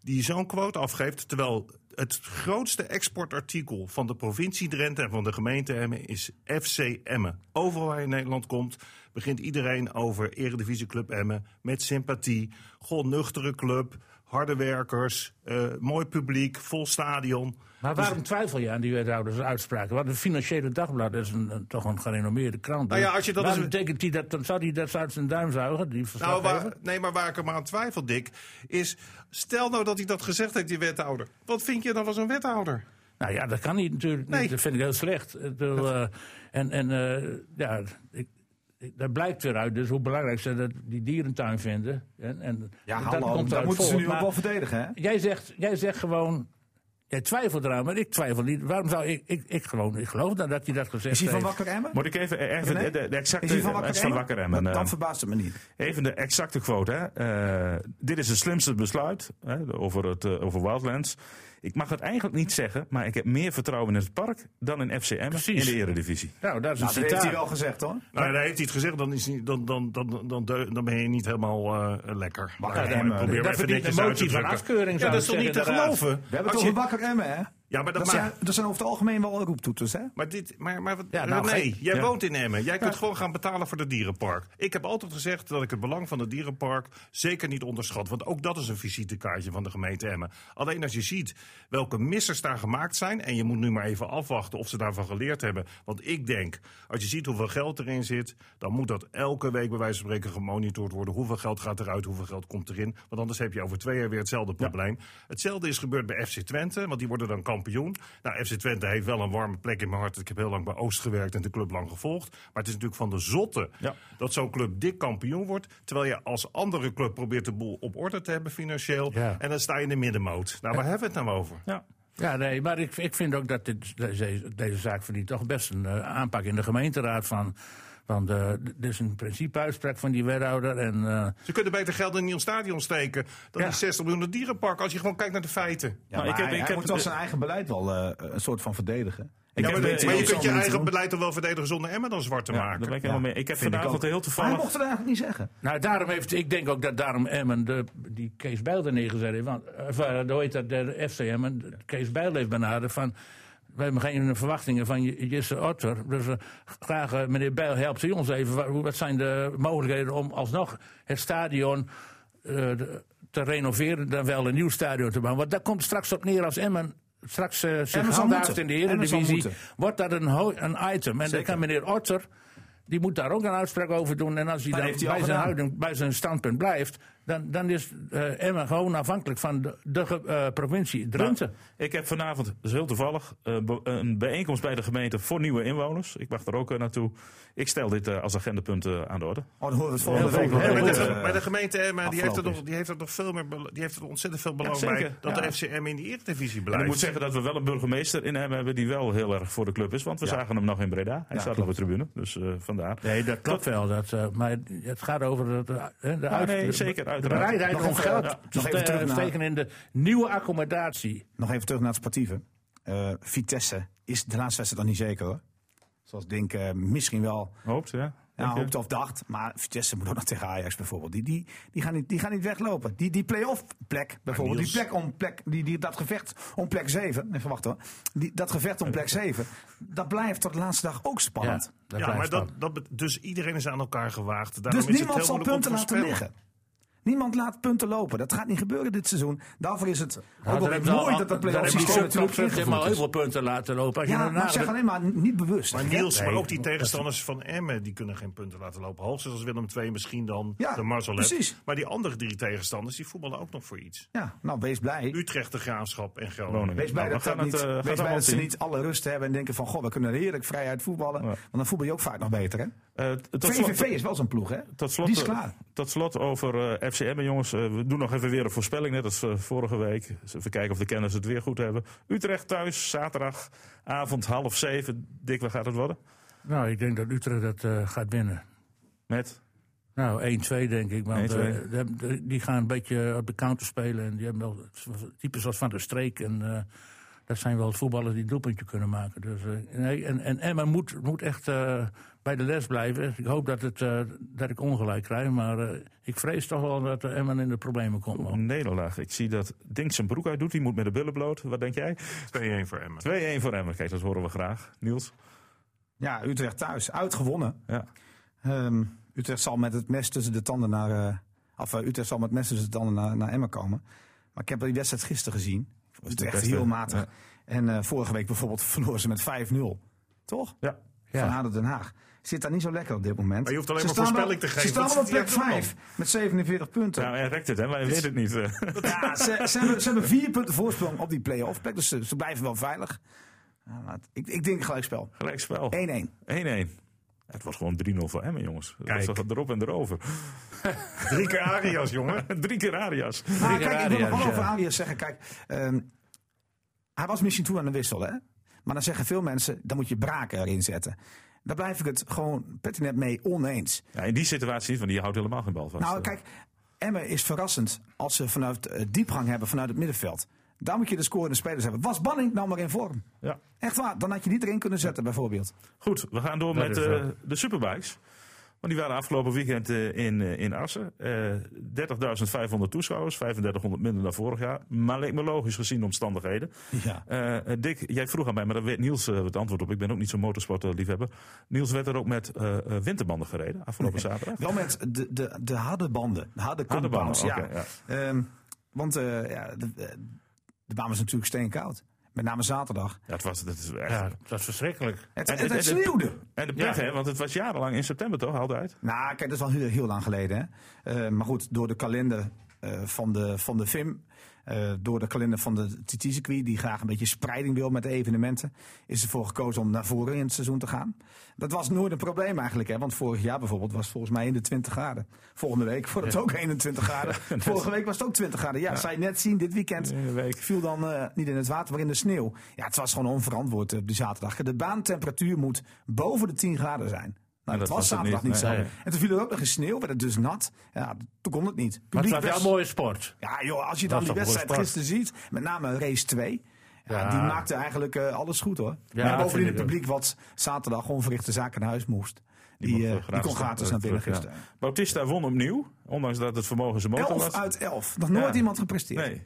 Speaker 4: die zo'n quote afgeeft, terwijl het grootste exportartikel van de provincie Drenthe en van de gemeente Emmen is FC Emmen. Overal waar je in Nederland komt, begint iedereen over Eredivisie Club Emmen met sympathie. Goh, nuchtere club, harde werkers, eh, mooi publiek, vol stadion. Dus-
Speaker 5: Maar waarom twijfel je aan die wethouders uitspraken? Want het Financiële Dagblad is een, een- toch een gerenommeerde krant.
Speaker 4: Nou ja, als je dat
Speaker 5: Waarom
Speaker 4: eens-
Speaker 5: betekent die dat, dan zou die dat uit zijn duim zuigen, die
Speaker 4: Nou,
Speaker 5: verslaggever?
Speaker 4: waar, nee, maar waar ik hem aan twijfel, Dick, is stel nou dat hij dat gezegd heeft, die wethouder. Wat vind je dan van zo'n wethouder?
Speaker 5: Nou ja, dat kan niet natuurlijk. niet.
Speaker 4: Nee.
Speaker 5: Dat vind ik heel slecht. Ik bedoel, eh, en en eh, ja, ik, ik- dat blijkt weer uit dus hoe belangrijk ze dat die dierentuin vinden. En, en
Speaker 3: Ja,
Speaker 5: dat
Speaker 3: hallo,
Speaker 5: komt
Speaker 3: daar
Speaker 5: eruit
Speaker 3: moeten ze
Speaker 5: voort.
Speaker 3: nu ook
Speaker 5: Maar
Speaker 3: wel verdedigen, hè?
Speaker 5: Jij zegt, jij zegt gewoon, jij twijfelt eraan, maar ik twijfel niet. Waarom zou ik, ik, ik gewoon, ik geloof dan dat hij dat gezegd
Speaker 3: Is hij van
Speaker 5: heeft.
Speaker 3: wakker Emmen?
Speaker 2: Moet ik even, eh, even
Speaker 3: Nee?
Speaker 2: de, de- de exacte
Speaker 3: Is hij van wakker
Speaker 2: eh, van
Speaker 3: Emmen?
Speaker 2: Wakker Emmen,
Speaker 3: Dat,
Speaker 2: eh.
Speaker 3: dat verbaast het me niet.
Speaker 2: Even de exacte quote. Hè. Eh, dit is het slimste besluit hè, over, het, eh, over Wildlands. Ik mag het eigenlijk niet zeggen, maar ik heb meer vertrouwen in het park dan in FCM
Speaker 5: Precies.
Speaker 2: in de Eredivisie.
Speaker 5: Nou, dat is
Speaker 3: Nou, dat
Speaker 5: een
Speaker 3: heeft hij
Speaker 5: citaat.
Speaker 3: wel gezegd, hoor.
Speaker 4: Nou, daar heeft hij het gezegd, dan, is, hij- dan, dan, dan, dan, dan, deu- dan ben je niet helemaal eh, lekker. Maar
Speaker 3: Emmen.
Speaker 4: probeer
Speaker 5: Dat
Speaker 4: even
Speaker 5: eh, verdient
Speaker 4: netjes
Speaker 5: een
Speaker 4: uit te
Speaker 5: motie van
Speaker 4: drukken.
Speaker 5: afkeuring,
Speaker 4: Ja,
Speaker 5: zou
Speaker 4: dat
Speaker 5: ik
Speaker 4: is toch niet
Speaker 5: zeggen,
Speaker 4: te
Speaker 5: inderdaad.
Speaker 4: geloven?
Speaker 3: We hebben
Speaker 4: Als
Speaker 3: het
Speaker 4: je-
Speaker 3: over wakker Emmen, hè?
Speaker 4: Ja, maar dat
Speaker 3: Dat zijn,
Speaker 4: maar,
Speaker 3: dat zijn over het algemeen wel roeptoeters, hè?
Speaker 4: maar dit, maar, maar wat,
Speaker 5: Ja, nou,
Speaker 4: René,
Speaker 5: geen-
Speaker 4: jij
Speaker 2: ja.
Speaker 4: woont in Emmen. Jij kunt gewoon gaan betalen voor de dierenpark. Ik heb altijd gezegd dat ik het belang van het dierenpark zeker niet onderschat. Want ook dat is een visitekaartje van de gemeente Emmen. Alleen als je ziet welke missers daar gemaakt zijn. En je moet nu maar even afwachten of ze daarvan geleerd hebben. Want ik denk, als je ziet hoeveel geld erin zit. dan moet dat elke week bij wijze van spreken gemonitord worden. Hoeveel geld gaat eruit, hoeveel geld komt erin. Want anders heb je over twee jaar weer hetzelfde probleem. Hetzelfde is gebeurd bij FC Twente, want die worden dan kampioen. Nou, FC Twente heeft wel een warme plek in mijn hart. Ik heb heel lang bij Oost gewerkt en de club lang gevolgd. Maar het is natuurlijk van de zotte
Speaker 2: Ja.
Speaker 4: dat zo'n club dik kampioen wordt. Terwijl je als andere club probeert de boel op orde te hebben financieel.
Speaker 5: Ja.
Speaker 4: En dan sta je in de middenmoot. Nou, waar hebben we het nou over?
Speaker 2: Ja.
Speaker 5: Ja, nee, maar ik, ik vind ook dat dit, deze, deze zaak verdient toch best een eh, aanpak in de gemeenteraad. Van, want eh, dit is een principe uitspraak van die wethouder. En, eh,
Speaker 4: Ze kunnen beter geld in een nieuw stadion steken dan
Speaker 5: Ja.
Speaker 4: die 60 miljoen dierenpark. Als je gewoon kijkt naar de feiten.
Speaker 3: Ja,
Speaker 2: Nou,
Speaker 3: maar
Speaker 2: ik heb-
Speaker 3: hij,
Speaker 2: ik
Speaker 3: hij
Speaker 2: heb-
Speaker 3: moet wel zijn eigen beleid wel eh, een soort van verdedigen.
Speaker 2: Ik
Speaker 4: Ja,
Speaker 2: heb
Speaker 4: maar,
Speaker 2: de-
Speaker 4: maar je
Speaker 2: ik-
Speaker 4: kunt je
Speaker 3: Zo moet
Speaker 4: eigen
Speaker 3: doen.
Speaker 4: beleid toch wel verdedigen zonder Emmen dan zwart te
Speaker 2: ja, daar
Speaker 4: maken?
Speaker 2: ben ik helemaal mee. Ik heb
Speaker 3: Vind ik
Speaker 2: vanavond
Speaker 3: ook.
Speaker 2: heel
Speaker 3: Maar Hij
Speaker 2: toevallig.
Speaker 3: mocht het eigenlijk niet zeggen.
Speaker 5: nou, daarom heeft, ik denk ook dat daarom Emmen de, die Kees Bijl er neergezet heeft. Want, of, eh, hoe heet dat, de FC Emmen, de- Kees Bijl heeft benaderd van... We hebben geen verwachtingen van J- Jesse Otter. Dus eh, graag, eh, meneer Bijl, helpt u ons even. Wat, wat zijn de mogelijkheden om alsnog het stadion eh, de- te renoveren... dan wel een nieuw stadion te bouwen? Want daar komt straks op neer als Emmen straks eh zich
Speaker 3: zal
Speaker 5: handhaaft
Speaker 3: moeten.
Speaker 5: in de
Speaker 3: Emmen zal
Speaker 5: Eredivisie.
Speaker 3: moeten.
Speaker 5: Wordt dat een, ho- een item. En dan kan meneer Otter... Die moet daar ook een uitspraak over doen. En als hij
Speaker 3: Maar
Speaker 5: dan
Speaker 3: heeft hij al
Speaker 5: bij zijn,
Speaker 3: gedaan.
Speaker 5: houding, bij zijn standpunt blijft, dan, dan is eh Emma gewoon afhankelijk van de, de ge- eh, provincie Drenthe.
Speaker 2: Ik heb vanavond, dat is heel toevallig, eh, be- een bijeenkomst bij de gemeente voor nieuwe inwoners. Ik mag er ook eh, naartoe. Ik stel dit eh, als agendapunt eh, aan de orde.
Speaker 3: Oh, dan horen we het volgende
Speaker 5: Ja,
Speaker 3: week wel.
Speaker 5: ja,
Speaker 4: Ja, maar
Speaker 5: goed,
Speaker 4: de,
Speaker 3: Eh,
Speaker 4: maar de gemeente Emmen die heeft, er
Speaker 3: afgelopen
Speaker 4: nog, die heeft er nog veel meer, bela- die heeft er ontzettend veel belang
Speaker 2: Ja, zeker,
Speaker 4: bij dat
Speaker 2: ja.
Speaker 4: de FCM in de Eredivisie
Speaker 2: En ik
Speaker 4: blijft.
Speaker 2: moet zeggen dat we wel een burgemeester in hebben, hebben die wel heel erg voor de club is. Want we zagen hem nog in Breda. Hij staat op de tribune, dus eh, vandaar.
Speaker 5: Nee, dat klopt wel. Dat, eh, maar het gaat over het, eh, de,
Speaker 2: Ah,
Speaker 5: uit-
Speaker 2: nee,
Speaker 5: de-
Speaker 2: zeker,
Speaker 5: de
Speaker 2: uiteraard.
Speaker 5: bereidheid
Speaker 3: Nog
Speaker 5: om
Speaker 3: even,
Speaker 5: geld
Speaker 3: ja,
Speaker 5: te
Speaker 3: nog even
Speaker 5: ste-
Speaker 3: terug naar-
Speaker 5: steken in de nieuwe accommodatie.
Speaker 3: Nog even terug naar het sportieve. Eh, Vitesse is de laatste wedstrijd dan niet zeker hoor. Zoals Dink eh, misschien wel
Speaker 2: Hoopt, ja.
Speaker 3: Ja, hoopte of dacht. Maar Vitesse moet ook nog tegen Ajax bijvoorbeeld. Die, die, die, gaan, niet, die gaan niet weglopen. Die, die play-off plek bijvoorbeeld.
Speaker 4: Niels-
Speaker 3: Die plek om plek, die, die, dat gevecht om plek 7. Even wachten hoor. Die, dat gevecht om plek 7. Dat blijft tot de laatste dag ook spannend. Dus
Speaker 5: dat
Speaker 4: ja, maar
Speaker 5: blijft
Speaker 4: dat,
Speaker 5: spannend.
Speaker 4: dat, bet- dus iedereen is aan elkaar gewaagd. Daarom
Speaker 3: Dus
Speaker 4: is het
Speaker 3: niemand
Speaker 4: heel
Speaker 3: zal
Speaker 4: moeilijk om
Speaker 3: punten
Speaker 4: te
Speaker 3: laten
Speaker 4: voorspellen.
Speaker 3: liggen. Niemand laat punten lopen. Dat gaat niet gebeuren dit seizoen. Daarvoor is het
Speaker 5: Nou,
Speaker 3: ook wel
Speaker 5: daar
Speaker 3: weer
Speaker 5: hebben ze al-
Speaker 3: mooi dat dat
Speaker 5: daar
Speaker 3: play-off
Speaker 5: hebben ze
Speaker 3: systeem
Speaker 5: ook
Speaker 3: natuurlijk
Speaker 5: toch helemaal
Speaker 3: ingevoerd
Speaker 5: heel
Speaker 3: is.
Speaker 5: veel punten laten lopen. Als je
Speaker 3: Ja,
Speaker 5: daarna
Speaker 3: maar ik zeg
Speaker 5: de-
Speaker 3: alleen maar niet bewust.
Speaker 4: nou, Maar Niels,
Speaker 5: Nee,
Speaker 4: maar ook die
Speaker 5: dat-
Speaker 4: tegenstanders van Emmen, die kunnen geen punten laten lopen. Hoogstens als Willem II misschien dan
Speaker 3: Ja,
Speaker 4: de Marcelet.
Speaker 3: precies.
Speaker 4: Maar die andere drie tegenstanders, die voetballen ook nog voor iets.
Speaker 3: Ja, nou wees blij.
Speaker 4: Utrecht, de Graafschap en Groningen.
Speaker 2: Groningen.
Speaker 3: Wees blij
Speaker 2: Nou,
Speaker 3: dat,
Speaker 2: we gaan
Speaker 3: dat,
Speaker 2: het,
Speaker 3: niet,
Speaker 2: eh,
Speaker 3: wees
Speaker 2: gaan het
Speaker 3: blij
Speaker 2: allemaal
Speaker 3: dat ze
Speaker 2: zien.
Speaker 3: niet alle rust hebben en denken van... Goh, we kunnen heerlijk vrijuit voetballen.
Speaker 2: Ja.
Speaker 3: Want dan voetbal je ook vaak nog beter, hè?
Speaker 2: Eh, t- tot slot-
Speaker 3: VVV is wel zo'n ploeg, hè?
Speaker 2: Tot slot,
Speaker 3: Die is
Speaker 2: eh,
Speaker 3: klaar.
Speaker 2: Tot slot over eh FCM, jongens. eh, we doen nog even weer een voorspelling, net als eh, vorige week. Dus even kijken of de kenners het weer goed hebben. Utrecht thuis, zaterdagavond half zeven. Dik, waar gaat het worden?
Speaker 5: Nou, ik denk dat Utrecht dat eh, gaat winnen.
Speaker 2: Met?
Speaker 5: Nou, 1-2 denk ik. Want
Speaker 2: 1-2.
Speaker 5: eh, de- de- die gaan een beetje op de counter spelen. En die hebben wel types als Van der Streek. En eh, dat zijn wel voetballers die een doelpuntje kunnen maken. Dus, eh, nee, en, en Emma moet, moet echt eh, bij de les blijven. Ik hoop dat, het, eh, dat ik ongelijk krijg. Maar eh, ik vrees toch wel dat eh, Emma in de problemen komt. man.
Speaker 2: Een nederlaag. Ik zie dat Dink zijn broek uit doet. Die moet met de billen bloot. Wat denk jij?
Speaker 4: 2-1 voor Emmen.
Speaker 2: 2-1 voor Emmen. Kijk, dat horen we graag. Niels?
Speaker 3: Ja, Utrecht thuis. Uitgewonnen.
Speaker 2: Ja.
Speaker 3: Ehm, Utrecht zal met het mes tussen de tanden naar... eh, of eh, Utrecht zal met het mes tussen de tanden naar, naar Emmen komen. Maar ik heb die wedstrijd gisteren gezien.
Speaker 2: het
Speaker 3: Utrecht
Speaker 2: beste,
Speaker 3: heel matig.
Speaker 2: ja.
Speaker 3: En eh, vorige week bijvoorbeeld [laughs] verloren ze met 5-0. Toch?
Speaker 2: Ja.
Speaker 3: Van
Speaker 5: Ja.
Speaker 3: Haarlem Den Haag. Zit daar niet zo lekker op dit moment.
Speaker 4: Maar je hoeft alleen
Speaker 3: Ze
Speaker 4: maar
Speaker 3: staan
Speaker 4: voorspelling
Speaker 3: wel-
Speaker 4: te geven,
Speaker 3: Ze staan
Speaker 4: want
Speaker 3: wel op
Speaker 4: ze-
Speaker 3: plek
Speaker 4: ja, doe maar.
Speaker 3: 5 met 47 punten.
Speaker 2: Nou, hij rekt het, hè? Wij weten het niet. eh. [laughs]
Speaker 3: Ja, ze, ze, hebben, ze hebben vier punten voorsprong op die play-off plek. Dus ze, ze blijven wel veilig. Ja, maar het- ik, ik denk gelijkspel. 1-1.
Speaker 2: Gelijkspel. 1-1. Het was gewoon 3-0 voor Emmen, jongens.
Speaker 4: Kijk.
Speaker 2: Dat was erop en erover. [laughs]
Speaker 4: Drie keer Arias, jongen.
Speaker 2: Drie keer Arias.
Speaker 3: Maar
Speaker 5: Drie
Speaker 3: Ah, kijk, ik wil nog
Speaker 5: Arias,
Speaker 3: wel over
Speaker 5: ja.
Speaker 3: Arias zeggen. Kijk, ehm, hij was misschien toe aan de wissel, hè? Maar dan zeggen veel mensen, dan moet je braken erin zetten. Daar blijf ik het gewoon pertinent mee oneens.
Speaker 2: Ja, in die situatie niet, want die houdt helemaal geen bal vast.
Speaker 3: Nou, kijk, Emmen is verrassend als ze vanuit eh, diepgang hebben vanuit het middenveld. Daar moet je de scorende spelers hebben. Was Banning nou maar in vorm?
Speaker 2: Ja.
Speaker 3: Echt waar, dan had je die erin kunnen zetten, bijvoorbeeld.
Speaker 2: Goed, we gaan door
Speaker 5: Dat
Speaker 2: met
Speaker 5: is
Speaker 2: eh,
Speaker 5: wel.
Speaker 2: de superbikes. Want die waren afgelopen weekend eh, in, eh, in Assen. Eh 30.500 toeschouwers, 3500 minder dan vorig jaar. Maar leek me logisch gezien de omstandigheden.
Speaker 3: Ja.
Speaker 2: Eh, eh, Dick, jij vroeg aan mij, maar daar weet Niels eh, het antwoord op. Ik ben ook niet zo'n motorsportliefhebber. Niels werd er ook met eh, eh, winterbanden gereden
Speaker 5: [laughs]
Speaker 2: afgelopen zaterdag.
Speaker 3: Wel met de, de, de harde banden, de harde
Speaker 2: Harde
Speaker 3: compounds.
Speaker 2: banden,
Speaker 3: ja.
Speaker 2: oké,
Speaker 3: Ehm, want eh, ja, de, eh, de baan was natuurlijk steenkoud. Met name zaterdag.
Speaker 2: Ja, het was, dat is echt...
Speaker 5: Ja, dat is verschrikkelijk.
Speaker 3: Het,
Speaker 2: En-
Speaker 3: het, het,
Speaker 2: en- en-
Speaker 3: sneeuwde.
Speaker 2: En de pech,
Speaker 5: Ja.
Speaker 2: hè, want het was jarenlang in september toch, haalde uit.
Speaker 3: Nou, kijk, dat is al heel, heel lang geleden. Hè? Eh, maar goed, door de kalender eh, van, de, van de VIM, eh, door de kalender van de TT-circuit, die graag een beetje spreiding wil met de evenementen, is ervoor gekozen om naar voren in het seizoen te gaan. Dat was nooit een probleem eigenlijk, hè? want vorig jaar bijvoorbeeld was het volgens mij 21 graden. Volgende week wordt het ook 21
Speaker 2: [laughs]
Speaker 3: graden. Vorige week was het ook 20 graden. Ja, dat zei je net zien, dit weekend
Speaker 2: Eh, week.
Speaker 3: viel dan eh, niet in het water, maar in de sneeuw. Ja, het was gewoon onverantwoord eh, op die zaterdag. De baantemperatuur moet boven de 10 graden zijn. Nou,
Speaker 2: dat
Speaker 3: dat, was
Speaker 2: was het
Speaker 3: zaterdag
Speaker 2: niet.
Speaker 3: niet, zo.
Speaker 2: Nee, nee.
Speaker 3: En toen viel er ook nog eens sneeuw, werd het dus nat. Ja, toen kon het niet.
Speaker 5: Maar het
Speaker 3: Publiek
Speaker 5: was wel
Speaker 3: was-
Speaker 5: een mooie sport.
Speaker 3: Ja, joh, als je dan die
Speaker 5: Dat was toch een
Speaker 3: wedstrijd
Speaker 5: sport.
Speaker 3: gisteren ziet, met name race 2. Ja,
Speaker 5: Ja.
Speaker 3: Die maakte eigenlijk eh, alles goed hoor.
Speaker 5: Ja,
Speaker 3: maar bovendien
Speaker 5: vind
Speaker 3: het
Speaker 5: ik
Speaker 3: publiek wat zaterdag onverrichte zaken naar huis moest. Die,
Speaker 2: mocht,
Speaker 3: eh,
Speaker 2: eh,
Speaker 3: die kon
Speaker 2: terug-
Speaker 3: gratis naar binnen
Speaker 2: terug, ja.
Speaker 3: gisteren.
Speaker 2: Bautista won opnieuw, ondanks dat het vermogen zijn motor
Speaker 3: 11
Speaker 2: was.
Speaker 3: uit 11. Nog nooit
Speaker 2: Ja.
Speaker 3: iemand gepresteerd.
Speaker 2: Nee.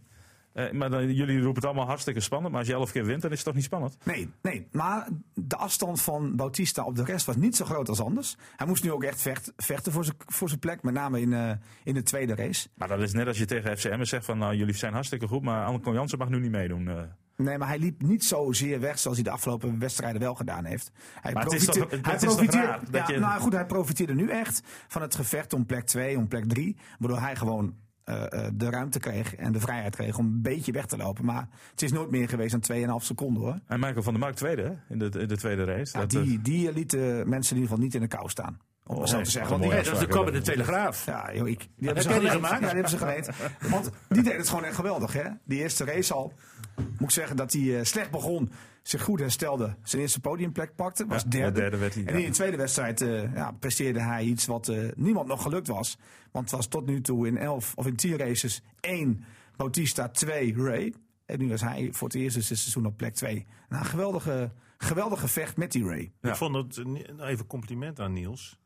Speaker 2: Eh, maar dan, jullie roepen het allemaal hartstikke spannend. Maar als je elf keer wint, dan is het toch niet spannend?
Speaker 3: Nee, nee, maar de afstand van Bautista op de rest was niet zo groot als anders. Hij moest nu ook echt vecht- vechten voor zijn- voor zijn plek, met name in, eh, in de tweede race.
Speaker 2: Maar dat is net als je tegen FCM zegt van... nou, jullie zijn hartstikke goed, maar Anne Jansen mag nu niet meedoen. eh.
Speaker 3: Nee, maar hij liep niet zozeer weg zoals hij de afgelopen wedstrijden wel gedaan heeft. Hij
Speaker 2: Maar het is
Speaker 3: profiteer-
Speaker 2: toch- het-
Speaker 3: hij
Speaker 2: het is toch
Speaker 3: profiteer-
Speaker 2: raar dat
Speaker 3: ja,
Speaker 2: je-
Speaker 3: Nou goed, hij profiteerde nu echt van het gevecht om plek 2, om plek 3. Waardoor hij gewoon eh, eh, de ruimte kreeg en de vrijheid kreeg om een beetje weg te lopen. Maar het is nooit meer geweest dan 2,5 seconden hoor.
Speaker 2: En Michael van der Mark tweede, hè, in de, in de tweede race.
Speaker 3: Ja,
Speaker 2: Dat, eh,
Speaker 3: die, die liet de mensen in ieder geval niet in de kou staan. Om
Speaker 2: Oh,
Speaker 3: het zo
Speaker 2: nee,
Speaker 3: te zeggen.
Speaker 2: wat
Speaker 3: Want
Speaker 2: een
Speaker 3: die,
Speaker 5: Nee, dat is de kop in de Telegraaf.
Speaker 3: Ja, joh, ik, die hebben
Speaker 5: heb
Speaker 3: ze
Speaker 5: jij die
Speaker 3: geleend.
Speaker 5: gemaakt?
Speaker 3: Ja, die hebben ze geleend. Want die deed het gewoon echt geweldig, hè? Die eerste race al. Moet ik zeggen dat hij eh, slecht begon, zich goed herstelde, zijn eerste podiumplek pakte, was
Speaker 2: Ja,
Speaker 3: derde.
Speaker 2: de derde werd hij,
Speaker 3: en
Speaker 2: ja.
Speaker 3: in de tweede wedstrijd eh, ja, presteerde hij iets wat eh, niemand nog gelukt was. Want het was tot nu toe in elf of in tien races één Bautista, twee Ray. En nu was hij voor het eerst in zijn seizoen op plek twee. Nou, een geweldige, geweldige vecht met die Ray.
Speaker 2: Ja.
Speaker 4: Ik vond het eh, even compliment aan Niels.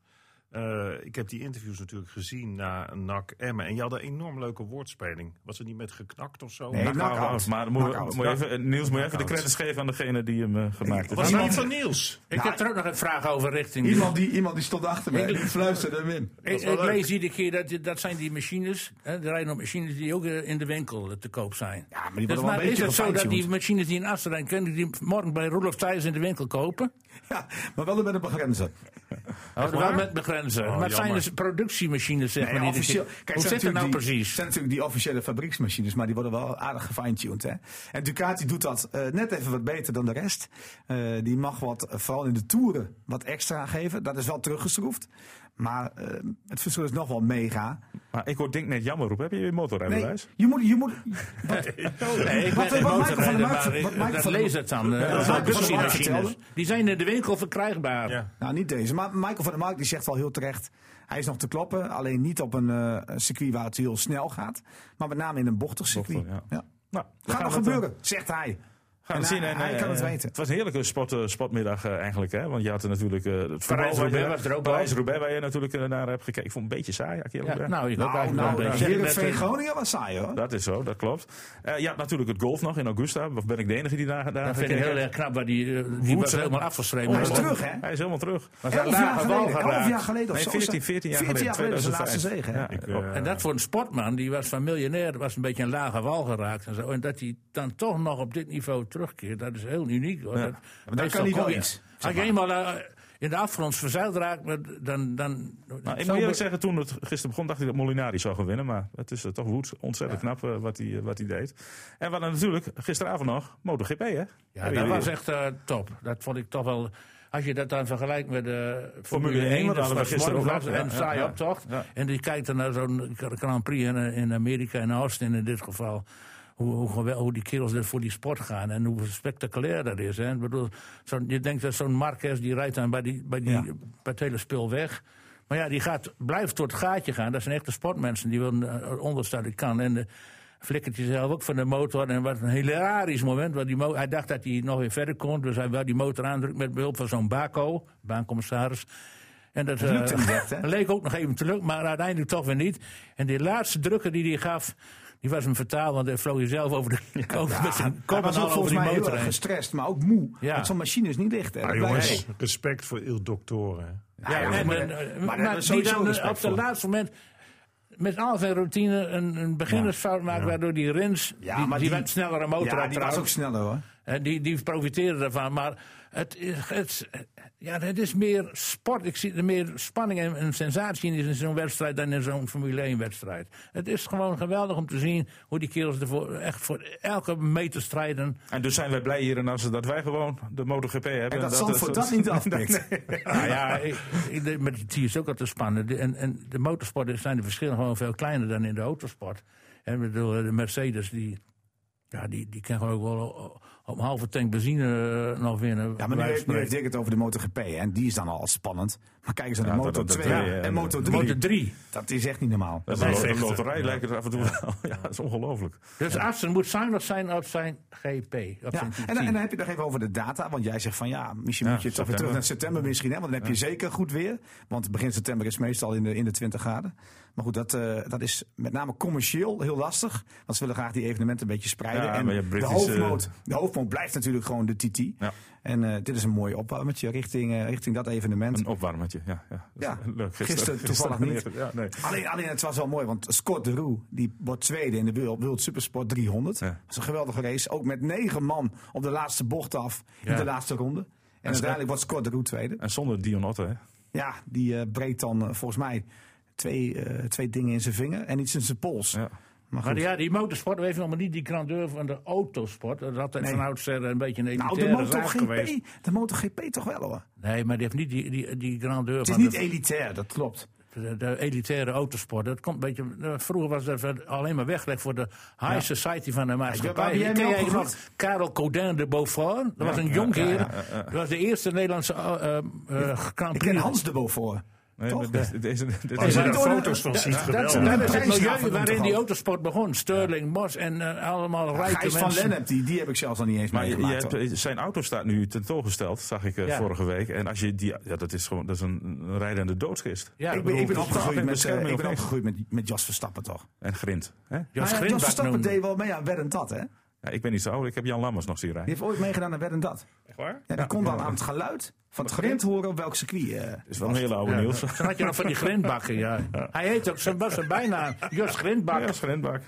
Speaker 4: Eh, ik heb die interviews natuurlijk gezien na NAC Emmen. En je had een enorm leuke woordspeling. Was het niet met geknakt of zo?
Speaker 3: Nee,
Speaker 4: Nou,
Speaker 3: knock-out.
Speaker 2: Knock-out, Maar dan moet je-
Speaker 3: Knock-out.
Speaker 2: moet je even, eh, Niels, moet je even de
Speaker 4: Knock-out.
Speaker 2: credits geven aan degene die hem eh, gemaakt heeft.
Speaker 4: was het
Speaker 2: Nou,
Speaker 4: niet van Niels?
Speaker 5: Ik heb er ook nog een vraag over richting.
Speaker 1: Iemand die, iemand die stond achter mij, die fluisterde hem in.
Speaker 5: Ik,
Speaker 4: is wel
Speaker 5: ik
Speaker 4: leuk.
Speaker 5: lees iedere keer dat dat zijn die machines. Hè, er rijden nog machines die ook eh, in de winkel eh, te koop zijn.
Speaker 3: Ja, maar die worden
Speaker 5: dus
Speaker 3: wel een
Speaker 5: maar is
Speaker 3: beetje
Speaker 5: het zo dat die
Speaker 3: gefine-tuned.
Speaker 5: machines die in Assen rijden, kunnen die morgen bij Roelof Thijs in de winkel kopen?
Speaker 3: [laughs] Ja, maar wel met een begrenzer.
Speaker 5: Oh, wel
Speaker 4: waar?
Speaker 5: met begrenzen. maar het zijn
Speaker 4: jammer.
Speaker 5: dus productiemachines, zeg maar.
Speaker 3: Nee,
Speaker 5: niet.
Speaker 3: officieel.
Speaker 5: Ik-
Speaker 3: Kijk,
Speaker 5: Hoe
Speaker 3: zijn
Speaker 5: zit het nou
Speaker 3: natuurlijk die-
Speaker 5: precies?
Speaker 3: zijn natuurlijk die officiële fabrieksmachines, maar die worden wel aardig gefine-tuned. Hè? En Ducati doet dat eh, net even wat beter dan de rest. Eh, die mag wat, eh, vooral in de toeren, wat extra geven. Dat is wel teruggeschroefd. Maar eh, het verschil is nog wel mega.
Speaker 2: Maar ik hoor Dink net jammer op. Heb je je
Speaker 3: Nee,
Speaker 2: motorrijbewijs?
Speaker 3: je moet, je moet,
Speaker 5: Nee, ik
Speaker 3: Wat-
Speaker 5: ben
Speaker 3: wat
Speaker 5: geen
Speaker 3: Michael van der
Speaker 5: motorrijder,
Speaker 3: Markt-
Speaker 5: maar ik-
Speaker 3: wat Michael
Speaker 5: dat
Speaker 3: van der-
Speaker 5: lees het dan. eh,
Speaker 3: Ja,
Speaker 5: dat
Speaker 3: wat
Speaker 5: zijn
Speaker 3: Michael van der Markt
Speaker 5: productiemachines.
Speaker 3: vertelde.
Speaker 5: Die zijn in de winkel verkrijgbaar.
Speaker 4: Ja.
Speaker 3: nou niet deze, maar Michael van der Mark die zegt wel heel terecht. Hij is nog te kloppen, alleen niet op een eh, circuit waar het heel snel gaat. Maar met name in een bochtig circuit.
Speaker 2: Bochtig, ja. Nou, dan
Speaker 3: Gaat
Speaker 2: gaan
Speaker 3: nog
Speaker 2: we het, eh,
Speaker 3: gebeuren, zegt hij.
Speaker 2: Gaan
Speaker 3: En
Speaker 2: we zien.
Speaker 3: hij-
Speaker 2: En,
Speaker 3: hij
Speaker 2: eh,
Speaker 3: kan het
Speaker 2: eh,
Speaker 3: weten.
Speaker 2: Het was een heerlijke sport, eh, sportmiddag eh, eigenlijk. Hè? Want je had er natuurlijk eh het
Speaker 5: Parijs-Roubaix was er ook bij.
Speaker 2: Parijs-Roubaix waar je natuurlijk eh, naar hebt gekeken. Ik vond het een beetje saai. als ik eerlijk
Speaker 5: Ja,
Speaker 2: ben.
Speaker 5: nou, ik hoop
Speaker 3: Nou,
Speaker 5: eigenlijk
Speaker 3: nou,
Speaker 5: wel een beetje.
Speaker 3: Heerenveen
Speaker 5: Met, eh,
Speaker 3: Groningen was saai hoor.
Speaker 2: Dat is zo, dat klopt. Eh je had natuurlijk het golf nog in Augusta. Of ben ik de enige die daar, daar
Speaker 5: Dat vind ik
Speaker 2: gekeken
Speaker 5: heel
Speaker 2: heeft?
Speaker 5: erg knap, waar die, eh, die was
Speaker 2: Woensdag.
Speaker 5: helemaal afgeschreven.
Speaker 3: Oh, hij is
Speaker 5: Maar-
Speaker 3: terug, hè?
Speaker 2: Hij is helemaal terug.
Speaker 5: maar ze
Speaker 3: Elf
Speaker 5: hebben
Speaker 3: jaar
Speaker 5: lage bal
Speaker 3: geleden, elf
Speaker 5: geraakt.
Speaker 3: jaar geleden. of
Speaker 2: Nee,
Speaker 3: zo.
Speaker 2: 14, 14 jaar
Speaker 3: 14
Speaker 2: geleden.
Speaker 3: jaar geleden was de
Speaker 2: 2005.
Speaker 3: laatste zege. hè?
Speaker 2: Ja,
Speaker 4: Ik,
Speaker 2: klopt.
Speaker 4: eh,
Speaker 5: En dat voor een sportman, die was van miljonair, was een beetje een lage wal geraakt en zo. En dat hij dan toch nog op dit niveau terugkeert, dat is heel uniek. Hoor. Dat, meestal
Speaker 3: kan hij
Speaker 5: kom
Speaker 3: wel
Speaker 5: je-
Speaker 3: iets,
Speaker 5: Als je eenmaal eh, in de afgrond verzeild raakt, maar dan... dan
Speaker 2: Nou, ik
Speaker 5: zo
Speaker 2: moet eerlijk
Speaker 5: be-
Speaker 2: zeggen, toen het gisteren begon, dacht ik dat Molinari zou gaan winnen. Maar het is eh, toch Woods ontzettend knap eh, wat hij eh, wat hij deed. En we hadden natuurlijk gisteravond nog MotoGP, hè?
Speaker 5: Ja, dat was echt eh, top. Dat vond ik toch wel... Als je dat dan vergelijkt met de
Speaker 2: Formule 1,
Speaker 5: dat
Speaker 2: dat hadden we gisteren ook
Speaker 5: was
Speaker 2: nog, ja,
Speaker 5: een saaie
Speaker 2: ja, ja.
Speaker 5: optocht.
Speaker 2: Ja.
Speaker 5: En die kijkt dan naar zo'n Grand Prix in, eh, in Amerika, in Austin in dit geval. Hoe, hoe, gewel- hoe die kerels er voor die sport gaan en hoe spectaculair dat is. Hè. Ik bedoel, zo'n- je denkt dat zo'n Marquez die rijdt dan bij, die, bij, die,
Speaker 3: Ja.
Speaker 5: bij het hele spul weg. Maar ja, die gaat, blijft tot het gaatje gaan. Dat zijn echte sportmensen die willen eh, onderste uit de kan. En eh, flikkert hij zelf ook van de motor. En wat een hilarisch moment. Want die mo- hij dacht dat hij nog weer verder kon. Dus hij wil die motor aandrukt met behulp van zo'n Baco, bancommissaris. En dat, eh,
Speaker 3: lukte niet echt, hè?
Speaker 5: [laughs] leek ook nog even te lukken, maar uiteindelijk toch weer niet. En die laatste drukker die hij gaf, die was hem vertaald, want hij vloog hij zelf
Speaker 3: [laughs]
Speaker 5: over de over met zijn
Speaker 3: Hij
Speaker 5: kop en
Speaker 3: was
Speaker 5: al
Speaker 3: ook
Speaker 5: over
Speaker 3: volgens
Speaker 5: die
Speaker 3: mij heel
Speaker 5: motor
Speaker 3: erg
Speaker 5: heen.
Speaker 3: gestrest, maar ook moe.
Speaker 5: Ja.
Speaker 3: Want zo'n machine is niet licht. Hè.
Speaker 4: Maar
Speaker 3: Dat blijkt-
Speaker 4: nou, jongens, respect voor il doktoren.
Speaker 5: Ja,
Speaker 3: Ja,
Speaker 5: en,
Speaker 3: maar-
Speaker 5: en,
Speaker 3: maar
Speaker 5: eh,
Speaker 3: daar
Speaker 5: maar
Speaker 3: hebben we
Speaker 5: die
Speaker 3: sowieso
Speaker 5: dan eh,
Speaker 3: respect
Speaker 5: op het
Speaker 3: voor.
Speaker 5: laatste moment met al zijn routine een, een beginnersfout maakt, waardoor die Rens,
Speaker 3: Ja,
Speaker 5: die,
Speaker 3: maar
Speaker 5: die,
Speaker 3: die-
Speaker 5: werd sneller een motor
Speaker 3: Ja,
Speaker 5: had
Speaker 3: die was ook
Speaker 5: trouwens.
Speaker 3: sneller hoor.
Speaker 5: En die, die profiteren daarvan. Maar het, is- het, ja, het is meer sport. Ik zie er meer spanning en, en sensatie in zo'n wedstrijd dan in zo'n Formule 1-wedstrijd. Het is gewoon geweldig om te zien hoe die kerels ervoor echt voor elke meter strijden.
Speaker 2: En dus zijn wij blij hier in Assen dat wij gewoon de MotoGP hebben.
Speaker 3: En dat Zandvoort dat
Speaker 2: [laughs]
Speaker 3: niet afpikt.
Speaker 5: nou ja, ik, ik, de- maar die is ook altijd spannend. De- En, en de motorsport zijn de verschillen gewoon veel kleiner dan in de autosport. En ik bedoel, de Mercedes, die, ja, die, die kan gewoon ook wel op- op een halve tank benzine eh, nog winnen.
Speaker 3: Ja, maar nu
Speaker 5: bij
Speaker 3: heeft, nu
Speaker 5: wijze
Speaker 3: heeft
Speaker 5: van
Speaker 3: Dick het over de MotoGP. hè, En die is dan al spannend. Maar kijk eens naar de
Speaker 2: Ja, dat-
Speaker 3: Moto
Speaker 2: dat-
Speaker 3: 2
Speaker 2: dat- ja,
Speaker 3: en Moto 3.
Speaker 5: spreken. Motor 3.
Speaker 3: Dat is echt niet normaal.
Speaker 2: Dat is
Speaker 4: Wij
Speaker 2: een lo- een
Speaker 4: vechten.
Speaker 2: loterij, lijkt het af en toe wel. [laughs] Ja, dat is ongelooflijk.
Speaker 5: Dus Assen moet zuinig zijn op zijn GP.
Speaker 3: Ja,
Speaker 5: Op zijn
Speaker 3: en, dan, en
Speaker 5: team.
Speaker 3: dan heb je nog even over de data. Want jij zegt van ja, misschien moet je toch weer
Speaker 2: september.
Speaker 3: terug naar september misschien. Hè, want dan heb je zeker goed weer. Want begin september is meestal in de, in de 20 graden. Maar goed, dat, eh, dat is met name commercieel heel lastig. Want ze willen graag die evenementen een beetje spreiden.
Speaker 2: Ja,
Speaker 3: en
Speaker 2: maar je
Speaker 3: de,
Speaker 2: Britse-
Speaker 3: hoofdmoot, de hoofdmoot blijft natuurlijk gewoon de TT.
Speaker 2: Ja.
Speaker 3: En eh, dit is een mooi opwarmetje richting, eh, richting dat evenement.
Speaker 2: Een opwarmetje, ja. ja. Dat is
Speaker 3: Ja,
Speaker 2: leuk.
Speaker 3: gisteren toevallig niet.
Speaker 2: Ja, nee.
Speaker 3: Alleen, alleen het was wel mooi, want Scott de Roe die wordt tweede in de World, World Supersport 300.
Speaker 2: Ja.
Speaker 3: Dat is een geweldige race. Ook met negen man op de laatste bocht af in
Speaker 5: Ja.
Speaker 3: de laatste ronde. En, uiteindelijk wordt Scott de Roe tweede.
Speaker 2: En zonder Dion Otte, hè.
Speaker 3: Ja, die eh, breekt dan eh, volgens mij twee, eh, twee dingen in zijn vinger en iets in zijn pols.
Speaker 2: Ja.
Speaker 3: Maar goed.
Speaker 5: Maar ja, die motorsport heeft nog maar niet die grandeur van de autosport. Dat is altijd
Speaker 3: Nee.
Speaker 5: van oudsher een beetje een
Speaker 3: nou, de
Speaker 5: elitaire zaak geweest.
Speaker 3: MotoGP, de MotoGP toch wel hoor.
Speaker 5: Nee, maar die heeft niet die, die, die grandeur
Speaker 3: Het is
Speaker 5: van
Speaker 3: niet
Speaker 5: de-
Speaker 3: elitair, dat klopt.
Speaker 5: de, de elitaire autosport. Dat komt een beetje, eh, vroeger was dat ver- alleen maar weggelegd voor de high society van de
Speaker 3: waar
Speaker 5: maatschappij.
Speaker 3: ben jij
Speaker 5: Ken
Speaker 3: mee
Speaker 5: jij
Speaker 3: opgegroeid?
Speaker 5: nog Karel Codin de Beaufort. Dat was een jong heer. Dat was de eerste Nederlandse eh, eh, eh, Grand
Speaker 3: Ik ken
Speaker 5: Prix.
Speaker 3: Hans de Beaufort.
Speaker 2: Nee,
Speaker 3: Toch? Oh,
Speaker 2: dit- dit- dit- dit- dit-
Speaker 4: Als je
Speaker 5: maar
Speaker 4: daar
Speaker 5: door de-
Speaker 4: foto's van ziet,
Speaker 5: Dat,
Speaker 4: geweldig.
Speaker 5: dat is het
Speaker 3: Prijs
Speaker 5: milieu
Speaker 3: gaven we
Speaker 5: waarin
Speaker 3: toch
Speaker 5: die
Speaker 3: ook.
Speaker 5: autosport begon. Sterling, Mos en eh, allemaal rijke
Speaker 3: Gijs van
Speaker 5: mensen.
Speaker 3: Lennep, die, die heb ik zelfs nog niet eens
Speaker 2: Maar je- je
Speaker 3: meegemaakt.
Speaker 2: hebt-
Speaker 3: hoor.
Speaker 2: zijn auto staat nu tentoongesteld, zag ik eh,
Speaker 5: Ja.
Speaker 2: vorige week. En als je die, ja, dat is gewoon dat is een, een rijdende doodskist.
Speaker 5: Ja,
Speaker 3: Ik ben, ik ben
Speaker 2: bedoel,
Speaker 3: opgegroeid
Speaker 2: bescherming
Speaker 3: met, eh, ik
Speaker 2: of
Speaker 3: ben
Speaker 2: niks.
Speaker 3: opgegroeid met, met Jos Verstappen, toch?
Speaker 2: En grind. Hè?
Speaker 5: Jos
Speaker 3: Maar Nou ja, Jos
Speaker 5: Grindbach
Speaker 3: Verstappen
Speaker 5: noemde.
Speaker 3: deed wel mee aan Wedden Dat, hè?
Speaker 2: Ja,
Speaker 3: Die
Speaker 2: ik ben niet zo oud, ik heb Jan Lammers nog zien rijden.
Speaker 3: heeft ooit meegedaan aan Wedden Dat.
Speaker 4: Echt waar?
Speaker 3: Ja, die kon dan aan het geluid van het grind horen op welk circuit. eh,
Speaker 2: is wel een hele oude Niels.
Speaker 5: Dan had je nog van die grindbakken, ja.
Speaker 3: [laughs]
Speaker 5: Hij heet ook, zijn was zijn bijnaam, Jos Grindbak.
Speaker 2: Ja, als grindbak.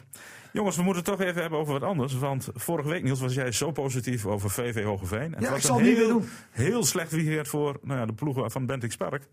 Speaker 2: Jongens, we moeten het toch even hebben over wat anders. Want vorige week, Niels, was jij zo positief over VV Hogeveen. En het
Speaker 3: ik
Speaker 2: was
Speaker 3: zal
Speaker 2: een
Speaker 3: het niet
Speaker 2: heel,
Speaker 3: weer doen.
Speaker 2: heel slecht weekend voor nou ja, de ploegen van Bentix Park.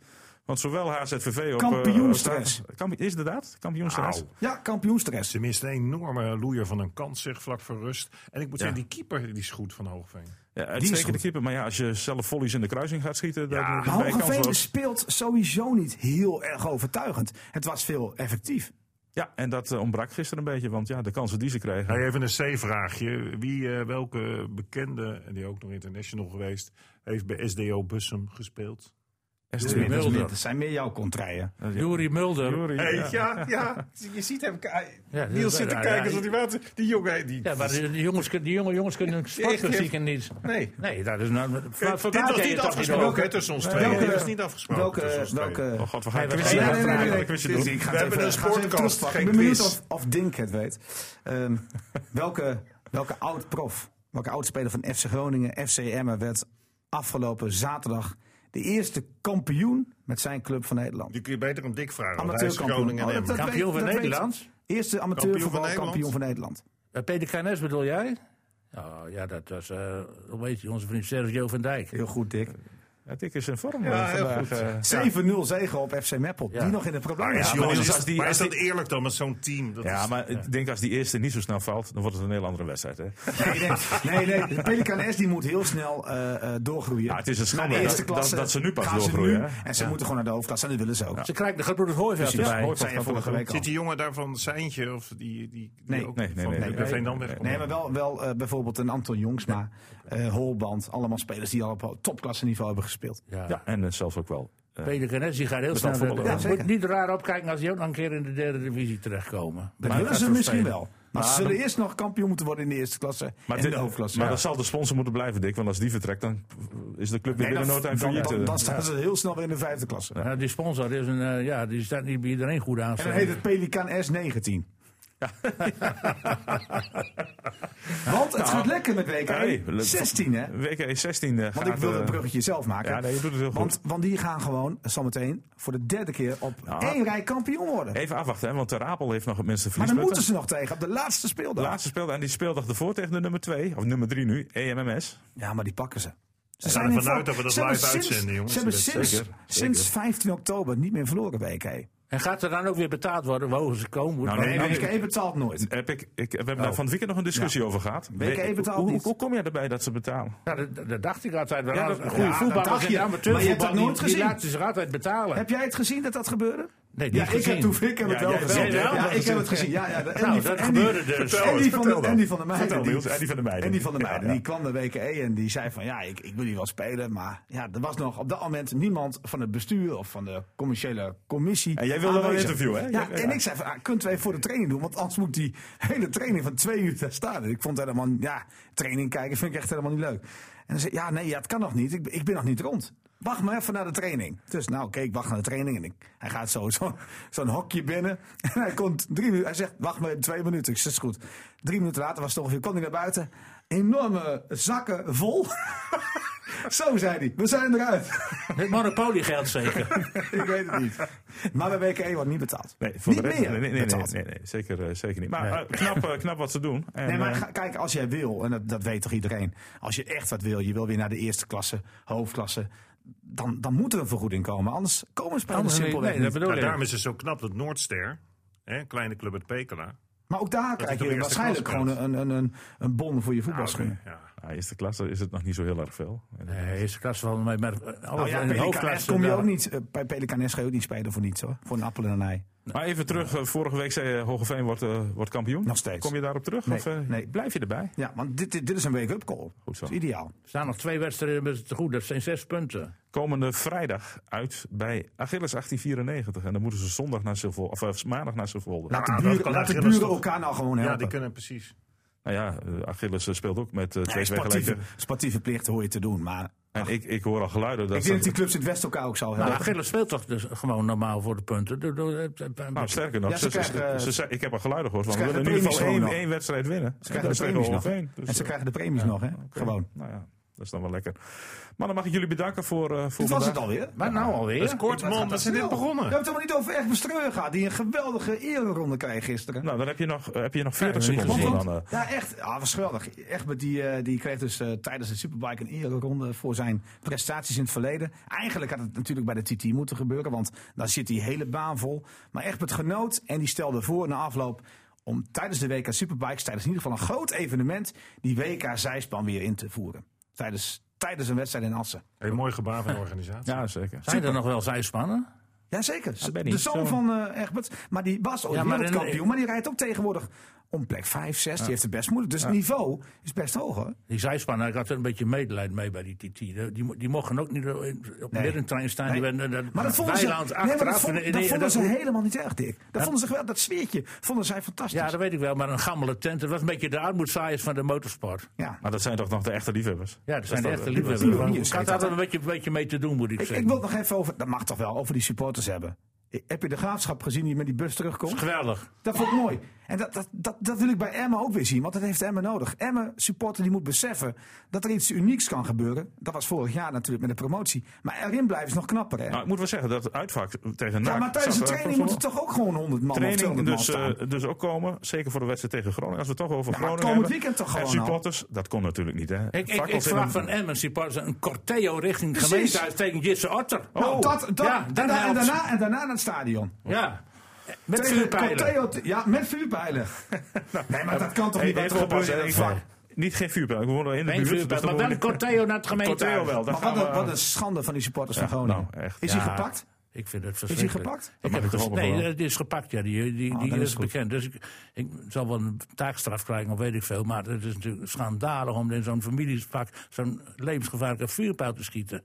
Speaker 2: Want zowel HZVV op...
Speaker 3: Kampioenstress.
Speaker 2: eh, op- kamp- is het inderdaad, kampioenstress.
Speaker 4: Auw.
Speaker 3: Ja, kampioenstress.
Speaker 4: Ze mist een enorme loeier van een kans, zeg, vlak voor rust. En ik moet
Speaker 2: Ja.
Speaker 4: zeggen, die keeper die is goed van Hoogveen.
Speaker 2: Ja,
Speaker 3: is
Speaker 2: uitstekende
Speaker 3: goed.
Speaker 2: keeper. Maar ja, als je zelf volleys in de kruising gaat schieten... dan
Speaker 4: Ja.
Speaker 2: heb je
Speaker 3: Maar
Speaker 2: bij kans
Speaker 3: Hogeveen
Speaker 2: wat.
Speaker 3: Nou, speelt sowieso niet heel erg overtuigend. Het was veel effectief.
Speaker 2: Ja, en dat eh, ontbrak gisteren een beetje. Want ja, de kansen die ze kregen...
Speaker 4: Hey, even een C-vraagje. Wie, eh, welke bekende, en die ook nog international geweest, heeft bij SDO Bussum gespeeld?
Speaker 2: SDW.
Speaker 5: Juri Mulder.
Speaker 3: Dat zijn meer jouw contraien.
Speaker 5: Juri Mulder.
Speaker 2: Juri,
Speaker 4: Hey,
Speaker 2: ja.
Speaker 4: ja,
Speaker 3: [laughs]
Speaker 4: ja, je ziet hem.
Speaker 5: Ja,
Speaker 4: Niels
Speaker 5: dat-
Speaker 4: zit te
Speaker 5: ja,
Speaker 4: kijken
Speaker 5: ja,
Speaker 4: zoals die water. Die jongen, die.
Speaker 5: Ja, maar die, jongens, kun- die jonge jongens kunnen sportmuziek niet.
Speaker 4: nee.
Speaker 5: Nee, dat is nou...
Speaker 4: Eh,
Speaker 5: Voor, voor
Speaker 4: dit
Speaker 5: daar
Speaker 4: was
Speaker 5: deed je
Speaker 4: niet
Speaker 5: het toch
Speaker 4: afgesproken
Speaker 5: over.
Speaker 4: hè, tussen ons tweeën.
Speaker 3: welke-
Speaker 4: Dit was niet afgesproken tussen
Speaker 3: Welke,
Speaker 4: ons tweeën.
Speaker 3: welke...
Speaker 2: Oh god, we gaan
Speaker 5: Hij
Speaker 2: even
Speaker 5: was-
Speaker 2: snel
Speaker 5: Nee, nee,
Speaker 2: vragen.
Speaker 5: nee, nee,
Speaker 2: Ik wist je
Speaker 3: dit-
Speaker 2: het
Speaker 3: ik
Speaker 2: niet.
Speaker 3: ga
Speaker 4: We
Speaker 3: het
Speaker 4: hebben
Speaker 3: even- ik ga
Speaker 4: een
Speaker 3: het even
Speaker 4: sportcast,
Speaker 3: terugpakken.
Speaker 4: geen
Speaker 3: Ik ben benieuwd
Speaker 4: quiz.
Speaker 3: of, of Dink het weet. Ehm, [laughs] welke, welke oud-prof, welke oud-speler van FC Groningen, FC Emmen... werd afgelopen zaterdag de eerste kampioen met zijn club van Nederland?
Speaker 4: Die kun je beter een dik vragen. want hij is
Speaker 3: Amateurkampioen.
Speaker 4: Groningen en
Speaker 3: Oh, dat-
Speaker 4: Emmen.
Speaker 3: dat
Speaker 5: Kampioen
Speaker 3: weet-
Speaker 5: van
Speaker 3: dat weet-
Speaker 5: Nederland?
Speaker 3: Eerste
Speaker 4: Kampioen van
Speaker 3: amateurvoetbalkampioen van Nederland.
Speaker 5: Eh, Peter Knes bedoel jij? Oh, ja, dat was, eh hoe heet die, onze vriend Sergio van Dijk.
Speaker 3: Heel goed, Dick.
Speaker 2: Ja, Dick is in vorm
Speaker 4: Ja,
Speaker 2: eh,
Speaker 4: heel
Speaker 2: vandaag.
Speaker 4: goed.
Speaker 2: eh.
Speaker 3: 7-0 zegen op FC Meppel.
Speaker 5: Ja.
Speaker 3: Die nog in het probleem
Speaker 4: Ja,
Speaker 3: is.
Speaker 4: maar
Speaker 2: jongens,
Speaker 4: is-
Speaker 2: als die-
Speaker 4: maar is
Speaker 2: als
Speaker 4: dat
Speaker 2: die-
Speaker 4: eerlijk dan met zo'n team? Dat
Speaker 2: Ja,
Speaker 3: Dus,
Speaker 4: is-
Speaker 2: maar
Speaker 3: eh,
Speaker 2: ik denk als die eerste niet zo snel valt, dan wordt het een heel andere wedstrijd. Hè?
Speaker 3: Nee, nee, nee, nee. De Pelican S die moet heel snel eh, eh, doorgroeien.
Speaker 2: Ja, het is een schande
Speaker 3: Naar de
Speaker 2: dat-
Speaker 3: eerste klasse
Speaker 2: dat- dat ze nu pas
Speaker 3: gaan
Speaker 2: doorgroeien,
Speaker 3: nu.
Speaker 2: hè?
Speaker 3: en ze moeten gewoon naar de hoofdklasse. En dat willen ze ook.
Speaker 5: Ze krijgen de gebroeders Hooijveld
Speaker 2: Dus
Speaker 3: Precies.
Speaker 5: erbij.
Speaker 3: Dat zei je vorige week al.
Speaker 4: Zit die jongen daar van Seintje of die, die, die
Speaker 3: Nee.
Speaker 4: ook
Speaker 2: Nee, nee,
Speaker 4: van
Speaker 2: nee, nee.
Speaker 4: PSV dan
Speaker 2: Nee,
Speaker 4: wegkomt?
Speaker 3: Nee, maar wel, wel eh, bijvoorbeeld een Anton Jongsma, eh Holband. Allemaal spelers die al op topklasse niveau hebben gespeeld.
Speaker 5: Ja.
Speaker 2: Ja, en eh, zelfs ook wel. eh,
Speaker 5: Peter Knes, die gaat heel snel.
Speaker 2: voetballen.
Speaker 5: naar de-
Speaker 2: Ja,
Speaker 5: Je
Speaker 3: zeker.
Speaker 5: moet niet raar opkijken als die ook nog een keer in de derde divisie terechtkomen.
Speaker 3: Dat
Speaker 5: Maar
Speaker 3: willen
Speaker 5: dat
Speaker 3: ze
Speaker 5: is
Speaker 3: misschien
Speaker 5: vervelend.
Speaker 3: wel. Maar ze
Speaker 2: Maar
Speaker 3: zullen
Speaker 2: dan-
Speaker 3: eerst nog kampioen moeten worden in de eerste klasse en
Speaker 2: dit-
Speaker 3: de hoofdklasse.
Speaker 2: maar
Speaker 3: Ja.
Speaker 2: dan zal de sponsor moeten blijven, Dick. Want als die vertrekt, dan is de club weer binnen no time
Speaker 3: dan,
Speaker 2: failliet.
Speaker 3: dan,
Speaker 2: eh.
Speaker 3: dan staan ze heel snel weer in de vijfde klasse.
Speaker 5: Nou, die sponsor is een, eh, ja, die staat niet bij iedereen goed aan.
Speaker 3: En dan heet het Pelikan
Speaker 2: [laughs]
Speaker 3: S19. Want het gaat lekker met WK
Speaker 2: Nou. Hey, le-
Speaker 3: 16, hè?
Speaker 2: WK 16 eh, gaat...
Speaker 3: Want ik wilde
Speaker 2: eh,
Speaker 3: het bruggetje zelf maken.
Speaker 2: ja, nee, je doet het heel goed.
Speaker 3: want, want die gaan gewoon zometeen voor de derde keer op
Speaker 2: Ja.
Speaker 3: één rij kampioen worden.
Speaker 2: Even afwachten, hè, want Ter Apel heeft nog het minste
Speaker 3: maar dan
Speaker 2: verliespunten.
Speaker 3: moeten ze nog tegen op de laatste
Speaker 2: De
Speaker 3: speeldag.
Speaker 2: laatste speeldag, en die speeldag ervoor tegen de nummer 2, of nummer 3 nu, E EMMS.
Speaker 3: Ja, maar die pakken ze. Ze
Speaker 4: gaan ervan
Speaker 3: in vorm.
Speaker 4: uit dat we dat
Speaker 3: Ze hebben
Speaker 4: live
Speaker 3: sinds-
Speaker 4: uitzenden, jongens.
Speaker 3: Ze hebben
Speaker 4: Dat is
Speaker 3: sinds,
Speaker 2: zeker,
Speaker 3: sinds 15 oktober niet meer verloren bij E. EK.
Speaker 5: En gaat er dan ook weer betaald worden, wogen ze komen?
Speaker 2: Nou,
Speaker 3: Nee,
Speaker 2: nee,
Speaker 3: nee, EK E betaalt nooit.
Speaker 2: Heb ik, ik, we hebben
Speaker 3: Oh.
Speaker 2: daar van het weekend nog een discussie over gehad.
Speaker 3: WK betaalt
Speaker 2: hoe,
Speaker 3: niet.
Speaker 2: hoe kom jij erbij dat ze betalen?
Speaker 5: Ja, dat, dat dacht ik altijd wel.
Speaker 2: Ja, dat-
Speaker 5: Als goede
Speaker 3: ja, dat
Speaker 5: voetballers
Speaker 3: dacht
Speaker 5: en
Speaker 3: je.
Speaker 5: amateurvoetbal,
Speaker 3: Maar je hebt dat
Speaker 5: die-
Speaker 3: nooit
Speaker 5: die,
Speaker 3: gezien.
Speaker 5: laten zich altijd betalen.
Speaker 3: Heb jij het gezien dat dat gebeurde?
Speaker 5: nee,
Speaker 3: Ja,
Speaker 5: niet
Speaker 3: ik heb,
Speaker 5: gezien.
Speaker 3: toen, ik heb het
Speaker 2: Ja,
Speaker 3: wel
Speaker 2: jij
Speaker 3: gezien.
Speaker 5: hebt wel
Speaker 3: Ja,
Speaker 5: gezien.
Speaker 3: ik heb het gezien. Ja, ja, de- en
Speaker 5: Nou,
Speaker 3: die-
Speaker 5: dat
Speaker 3: en die-
Speaker 5: gebeurde dus.
Speaker 3: En die van de- en die van de
Speaker 2: Vertel,
Speaker 3: meiden.
Speaker 2: Niels.
Speaker 3: die-
Speaker 2: En die van de meiden.
Speaker 3: En die van de meiden.
Speaker 2: Ja,
Speaker 3: Die kwam naar WKE en die zei van ja, ik, ik wil die wel spelen. Maar ja, er was nog op dat moment niemand van het bestuur of van de commerciële commissie.
Speaker 2: En jij wilde wel
Speaker 3: aanwezig.
Speaker 2: interviewen, hè?
Speaker 3: Ja,
Speaker 2: Ja,
Speaker 3: en
Speaker 2: ja.
Speaker 3: ik zei van ah, kunt u even voor de training doen? Want anders moet die hele training van twee uur daar staan. En Ik vond helemaal, ja, training kijken vind ik echt helemaal niet leuk. En dan zei ja, nee, ja, het kan nog niet. Ik, ik ben nog niet rond. Wacht maar even naar de training. Dus nou, oké, ik wacht naar de training. En ik, hij gaat zo, zo, zo'n hokje binnen. [laughs] En hij komt drie minuten. Hij zegt, wacht maar even twee minuten. Ik zeg, is goed. Drie minuten later was het ongeveer, kwam hij naar buiten. Enorme zakken vol. [laughs] zo zei hij, we zijn eruit.
Speaker 5: Het monopolie geldt zeker.
Speaker 3: ik weet het niet. Maar bij WKE wordt niet betaald.
Speaker 2: Nee, voor
Speaker 3: niet
Speaker 2: de rest,
Speaker 3: meer
Speaker 2: nee, nee, nee, nee,
Speaker 3: betaald.
Speaker 2: nee, nee, zeker, eh, zeker niet. Maar eh, knap, eh, knap wat ze doen. En,
Speaker 3: Nee, maar
Speaker 2: eh,
Speaker 3: ga- kijk, als jij wil, en dat, dat weet toch iedereen. Als je echt wat wil, je wil weer naar de eerste klasse, hoofdklasse. Dan, dan moet er een vergoeding komen. [laughs] Anders komen spelers
Speaker 5: Anders niet.
Speaker 3: simpelweg
Speaker 5: Nee, dat
Speaker 3: niet.
Speaker 5: bedoel
Speaker 4: Nou,
Speaker 5: ik.
Speaker 4: daarom is het zo knap dat Noordster, hè, een kleine club uit Pekela.
Speaker 3: Maar ook daar krijg
Speaker 4: het op
Speaker 3: je
Speaker 4: de eerste
Speaker 3: waarschijnlijk
Speaker 4: klasse
Speaker 3: gewoon een, een, een, een bon voor je voetbalschoenen.
Speaker 4: Ah, oké, ja.
Speaker 2: ja, eerste klasse is het nog niet zo heel erg veel. En, eh,
Speaker 5: Nee, eerste klasse van mij, maar eh, alles
Speaker 3: Nou ja,
Speaker 5: in de
Speaker 3: Pelican
Speaker 5: hoofdklasse.
Speaker 3: S kom je
Speaker 5: daar-
Speaker 3: ook niet, eh, bij Pelican S ga je ook niet spelen voor niets hoor. Voor een appel en een ei.
Speaker 2: Maar even terug, eh, vorige week zei je Hogeveen wordt, eh, wordt kampioen.
Speaker 3: Nog steeds.
Speaker 2: Kom je daarop terug?
Speaker 3: Nee,
Speaker 2: of eh,
Speaker 3: nee.
Speaker 2: blijf je erbij?
Speaker 3: Ja, want dit, dit, dit is een wake-up call.
Speaker 2: Goed zo.
Speaker 3: Dat is ideaal.
Speaker 5: Er staan nog twee wedstrijden met het te goed. Dat zijn zes punten.
Speaker 2: Komende vrijdag uit bij Achilles 1894. En dan moeten ze zondag naar Silvolde, of eh, maandag naar Silvolde.
Speaker 3: Laat de
Speaker 4: dat
Speaker 3: buren,
Speaker 4: kan
Speaker 3: laat de
Speaker 4: Achilles
Speaker 3: buren
Speaker 4: toch-
Speaker 3: elkaar nou gewoon
Speaker 4: Ja,
Speaker 3: helpen.
Speaker 4: die kunnen precies.
Speaker 2: Nou ja, eh, Achilles eh, speelt ook met eh, twee
Speaker 3: Nee, sportieve,
Speaker 2: gelijke.
Speaker 3: sportieve plichten hoor je te doen. Maar
Speaker 2: En ik, ik hoor al geluiden. Dat
Speaker 3: ik denk dat
Speaker 2: ze-
Speaker 3: die clubs in het Westen elkaar ook zal helpen.
Speaker 4: Nou,
Speaker 5: Maar Gilles speelt toch dus gewoon normaal voor de punten? Doe- doe- eh, eh, eh,
Speaker 2: nou, sterker nog,
Speaker 3: Ja,
Speaker 2: ze
Speaker 3: ze krijgen, eh,
Speaker 2: ze- ze- ik heb al geluiden gehoord. Want we
Speaker 3: krijgen
Speaker 2: willen in ieder
Speaker 3: premies
Speaker 2: geval één,
Speaker 3: gewoon
Speaker 2: één wedstrijd winnen.
Speaker 3: ze krijgen de
Speaker 2: Dat is tegen
Speaker 3: premies nog.
Speaker 2: Heerenveen. Dus,
Speaker 3: En ze
Speaker 2: eh,
Speaker 3: krijgen de premies nog, hè? Gewoon.
Speaker 2: Nou ja, dat is dan wel lekker. Maar dan mag ik jullie bedanken voor, eh voor
Speaker 3: Dit was
Speaker 2: vandaag.
Speaker 3: het alweer.
Speaker 5: Maar nou alweer?
Speaker 4: Dat is kort, man. We zijn net
Speaker 3: We
Speaker 4: begonnen.
Speaker 3: hebben het helemaal niet over echt bestreuren gehad. Die een geweldige ereronde kreeg gisteren.
Speaker 2: Nou, dan heb je nog, eh, heb je nog 40
Speaker 5: Ja, dat heb ik
Speaker 2: seconden.
Speaker 5: niet
Speaker 2: Dan, eh,
Speaker 3: Ja, echt. Ah, was geweldig. Egbert die, eh, die kreeg dus eh, tijdens de Superbike een ereronde voor zijn prestaties in het verleden. Eigenlijk had het natuurlijk bij de TT moeten gebeuren, want dan zit die hele baan vol. Maar Egbert genoot en die stelde voor na afloop om tijdens de WK Superbikes, tijdens in ieder geval een groot evenement, die WK zijspan weer in te voeren. Tijdens, tijdens een wedstrijd in Assen.
Speaker 4: Een mooi gebaar van de organisatie.
Speaker 2: ja, zeker.
Speaker 5: Zijn er nog wel zijspannen?
Speaker 3: Jazeker,
Speaker 2: ben
Speaker 3: de
Speaker 2: ik.
Speaker 3: zoon
Speaker 2: Zo.
Speaker 3: van eh Egbert. Maar die was ooit
Speaker 5: Ja, maar
Speaker 3: wereldkampioen, maar,
Speaker 5: in-
Speaker 3: die rijdt ook tegenwoordig om plek 5, 6. Die heeft het best moeilijk. Dus het niveau is best hoog hoor.
Speaker 5: Die zijspannen, ik had er een beetje medelijden mee bij die TT. Die, die, mo- die mochten ook niet op
Speaker 3: Nee.
Speaker 5: middentrein staan. Die
Speaker 3: Nee.
Speaker 5: werden, dat,
Speaker 3: Maar dat vonden ze,
Speaker 5: weiland
Speaker 3: nee, maar
Speaker 5: achteraf.
Speaker 3: dat vonden,
Speaker 5: en-
Speaker 3: dat
Speaker 5: en-
Speaker 3: vonden
Speaker 5: dat-
Speaker 3: ze helemaal niet erg, Dick. Dat vonden ze geweldig. Dat sfeertje vonden zij fantastisch.
Speaker 5: ja, dat weet ik wel, maar een gammele tent. Dat was een beetje de armoedzaaiers van de motorsport.
Speaker 3: Ja.
Speaker 2: Maar dat zijn toch nog de echte liefhebbers?
Speaker 5: Ja, dat zijn de
Speaker 2: dat-
Speaker 5: echte
Speaker 2: die
Speaker 5: liefhebbers.
Speaker 3: was-
Speaker 5: Maar
Speaker 3: die
Speaker 5: Ik had
Speaker 3: was-
Speaker 5: daar een beetje, een beetje mee te doen, moet ik
Speaker 3: Ik,
Speaker 5: zeggen.
Speaker 3: ik wil het nog even over, dat mag toch wel, over die supporters hebben. Ik- Heb je de graafschap gezien die met die bus terugkomt?
Speaker 5: Geweldig.
Speaker 3: Dat vond ik mooi. En dat, dat, dat, dat wil ik bij Emma ook weer zien, want dat heeft Emma nodig. Emma supporter die moet beseffen dat er iets unieks kan gebeuren. Dat was vorig jaar natuurlijk met de promotie. Maar erin blijven is nog knapper. Hè?
Speaker 2: Nou, ik moet wel zeggen dat het uitvak tegen
Speaker 3: ja,
Speaker 2: NAC
Speaker 3: maar tijdens de
Speaker 2: zat er
Speaker 3: training
Speaker 2: ook wel-
Speaker 3: moeten toch ook gewoon 100 man of
Speaker 2: training
Speaker 3: 200 man
Speaker 2: dus, eh,
Speaker 3: staan.
Speaker 2: dus ook komen. Zeker voor de wedstrijd tegen Groningen. Als we het toch over
Speaker 3: Ja, maar
Speaker 2: Groningen
Speaker 3: komend
Speaker 2: hebben.
Speaker 3: weekend toch
Speaker 2: En
Speaker 3: gewoon al?
Speaker 2: supporters, dat kon natuurlijk niet, hè?
Speaker 5: Ik, ik,
Speaker 2: Fakkels
Speaker 5: ik
Speaker 2: in
Speaker 5: vraag
Speaker 2: een-
Speaker 5: van Emmen supporters een corteo richting
Speaker 3: Precies.
Speaker 5: gemeentehuis tegen Jitse Otter.
Speaker 3: Nou,
Speaker 5: Oh.
Speaker 3: dat, dat,
Speaker 5: ja,
Speaker 3: en,
Speaker 5: dat
Speaker 3: da- en
Speaker 5: helpt.
Speaker 3: daarna, en daarna naar het stadion.
Speaker 5: Ja, met
Speaker 3: Tegen
Speaker 5: vuurpijlen.
Speaker 3: Corteo te- ja,
Speaker 2: [laughs]
Speaker 3: met vuurpijlen. nee, maar dat kan toch
Speaker 2: Nou, Hey,
Speaker 3: niet
Speaker 2: hey,
Speaker 3: wat
Speaker 2: Robert,
Speaker 3: er gebeurt in
Speaker 2: hey,
Speaker 3: dat
Speaker 2: hey,
Speaker 3: vak.
Speaker 2: Niet geen vuurpijl. Ik woon er in de
Speaker 5: Geen
Speaker 2: buurt. dus
Speaker 5: vuurpijlen,
Speaker 2: dan
Speaker 5: maar wel
Speaker 2: woon
Speaker 5: een
Speaker 2: ik-
Speaker 5: corteo naar het gemeentehuis.
Speaker 2: Corteo wel. dan
Speaker 3: Maar
Speaker 2: gaan
Speaker 3: wat een,
Speaker 2: we-
Speaker 3: wat een schande van die supporters van Groningen.
Speaker 2: nou, echt.
Speaker 3: Is
Speaker 5: Ja.
Speaker 3: hij gepakt?
Speaker 5: Ik vind het
Speaker 3: Is hij
Speaker 5: verschrikkelijk.
Speaker 3: gepakt?
Speaker 5: Ik
Speaker 2: mag
Speaker 5: heb
Speaker 2: ik
Speaker 5: het
Speaker 2: toch
Speaker 5: gez-
Speaker 2: hopen
Speaker 5: nee,
Speaker 2: wel.
Speaker 5: het is gepakt, ja. Die, die, die
Speaker 3: Ah, dan
Speaker 5: is,
Speaker 3: is het goed.
Speaker 5: bekend. Dus ik, ik zal wel een taakstraf krijgen of weet ik veel. Maar het is natuurlijk schandalig om in zo'n familiepak zo'n levensgevaarlijke vuurpijl te schieten.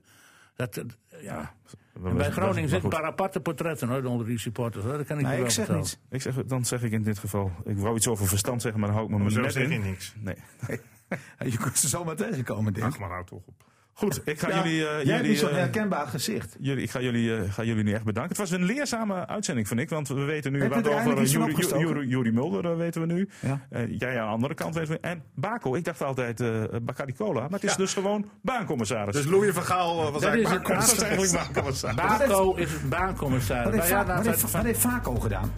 Speaker 5: Dat, dat- ja.
Speaker 2: we-
Speaker 5: En bij
Speaker 2: we-
Speaker 5: Groningen
Speaker 2: maar
Speaker 5: zitten
Speaker 2: goed.
Speaker 5: een paar aparte portretten hoor, onder die supporters. Hoor. Dat kan ik je
Speaker 3: Nee,
Speaker 5: wel
Speaker 3: ik zeg
Speaker 5: vertellen.
Speaker 3: niets.
Speaker 2: Ik zeg, dan zeg ik in dit geval. Ik wou iets over verstand zeggen, maar dan hou ik me
Speaker 4: Zo
Speaker 2: net
Speaker 4: zeg je
Speaker 2: in.
Speaker 4: niks.
Speaker 2: Nee.
Speaker 3: Je kunt ze zomaar tegenkomen, denk
Speaker 4: Ach,
Speaker 3: ik.
Speaker 4: maar hou toch op.
Speaker 2: Goed, ik ga
Speaker 3: Ja,
Speaker 2: jullie. eh,
Speaker 3: jij hebt
Speaker 2: jullie
Speaker 3: niet zo'n
Speaker 2: eh,
Speaker 3: herkenbaar gezicht.
Speaker 2: Jullie, ik ga jullie, eh, ga jullie nu echt bedanken. Het was een leerzame uitzending, vind ik. Want we weten nu
Speaker 3: Heb je
Speaker 2: wat
Speaker 3: er eindelijk
Speaker 2: over eh,
Speaker 3: iets van
Speaker 2: Juri- Juri- Juri-
Speaker 3: opgestoken?
Speaker 2: Juri Mulder, eh, weten we nu.
Speaker 3: Ja.
Speaker 2: Eh, jij aan de andere kant weten we. En Baco, ik dacht altijd eh Bacardi Cola. Maar het is dus gewoon baancommissaris.
Speaker 6: Dus Louis van Gaal eh, was
Speaker 5: Dat is
Speaker 6: eigenlijk...
Speaker 5: het
Speaker 2: dat is eigenlijk baancommissaris.
Speaker 5: Baco is een baancommissar.
Speaker 3: Wat
Speaker 5: Wij
Speaker 3: heeft, Va-
Speaker 5: hadden
Speaker 3: wat, heeft,
Speaker 5: altijd
Speaker 3: wat heeft Vaco gedaan?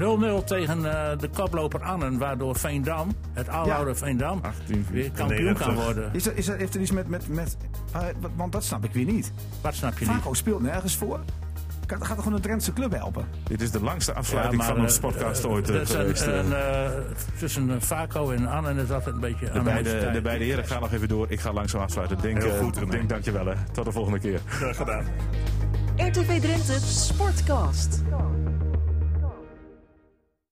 Speaker 5: 0-0 tegen eh, de koploper Annen, waardoor Veendam, het aloude
Speaker 3: Ja.
Speaker 5: Veendam,
Speaker 2: 18,
Speaker 5: weer kampioen kan
Speaker 4: 90.
Speaker 5: worden.
Speaker 3: Is dat, is dat, heeft er iets met... met, met eh, wat- want dat snap ik weer niet.
Speaker 5: Wat snap je niet?
Speaker 3: Vaco speelt nergens voor. Kan- Gaat er gewoon een Drentse club helpen?
Speaker 2: Dit is de langste afsluiting
Speaker 5: Ja, maar,
Speaker 2: van ons
Speaker 5: eh,
Speaker 2: podcast
Speaker 5: eh,
Speaker 2: ooit eh,
Speaker 5: dat is een-
Speaker 2: geweest. eh.
Speaker 5: een, eh, tussen eh, Vaco en Annen is altijd een beetje
Speaker 2: de,
Speaker 5: aan
Speaker 2: beide, de beide heren gaan nog even door. Ik ga langzaam afsluiten. Denk, eh, denk dankjewel. Hè. Tot de volgende keer.
Speaker 4: Graag gedaan.
Speaker 7: RTV Drenthe Sportcast.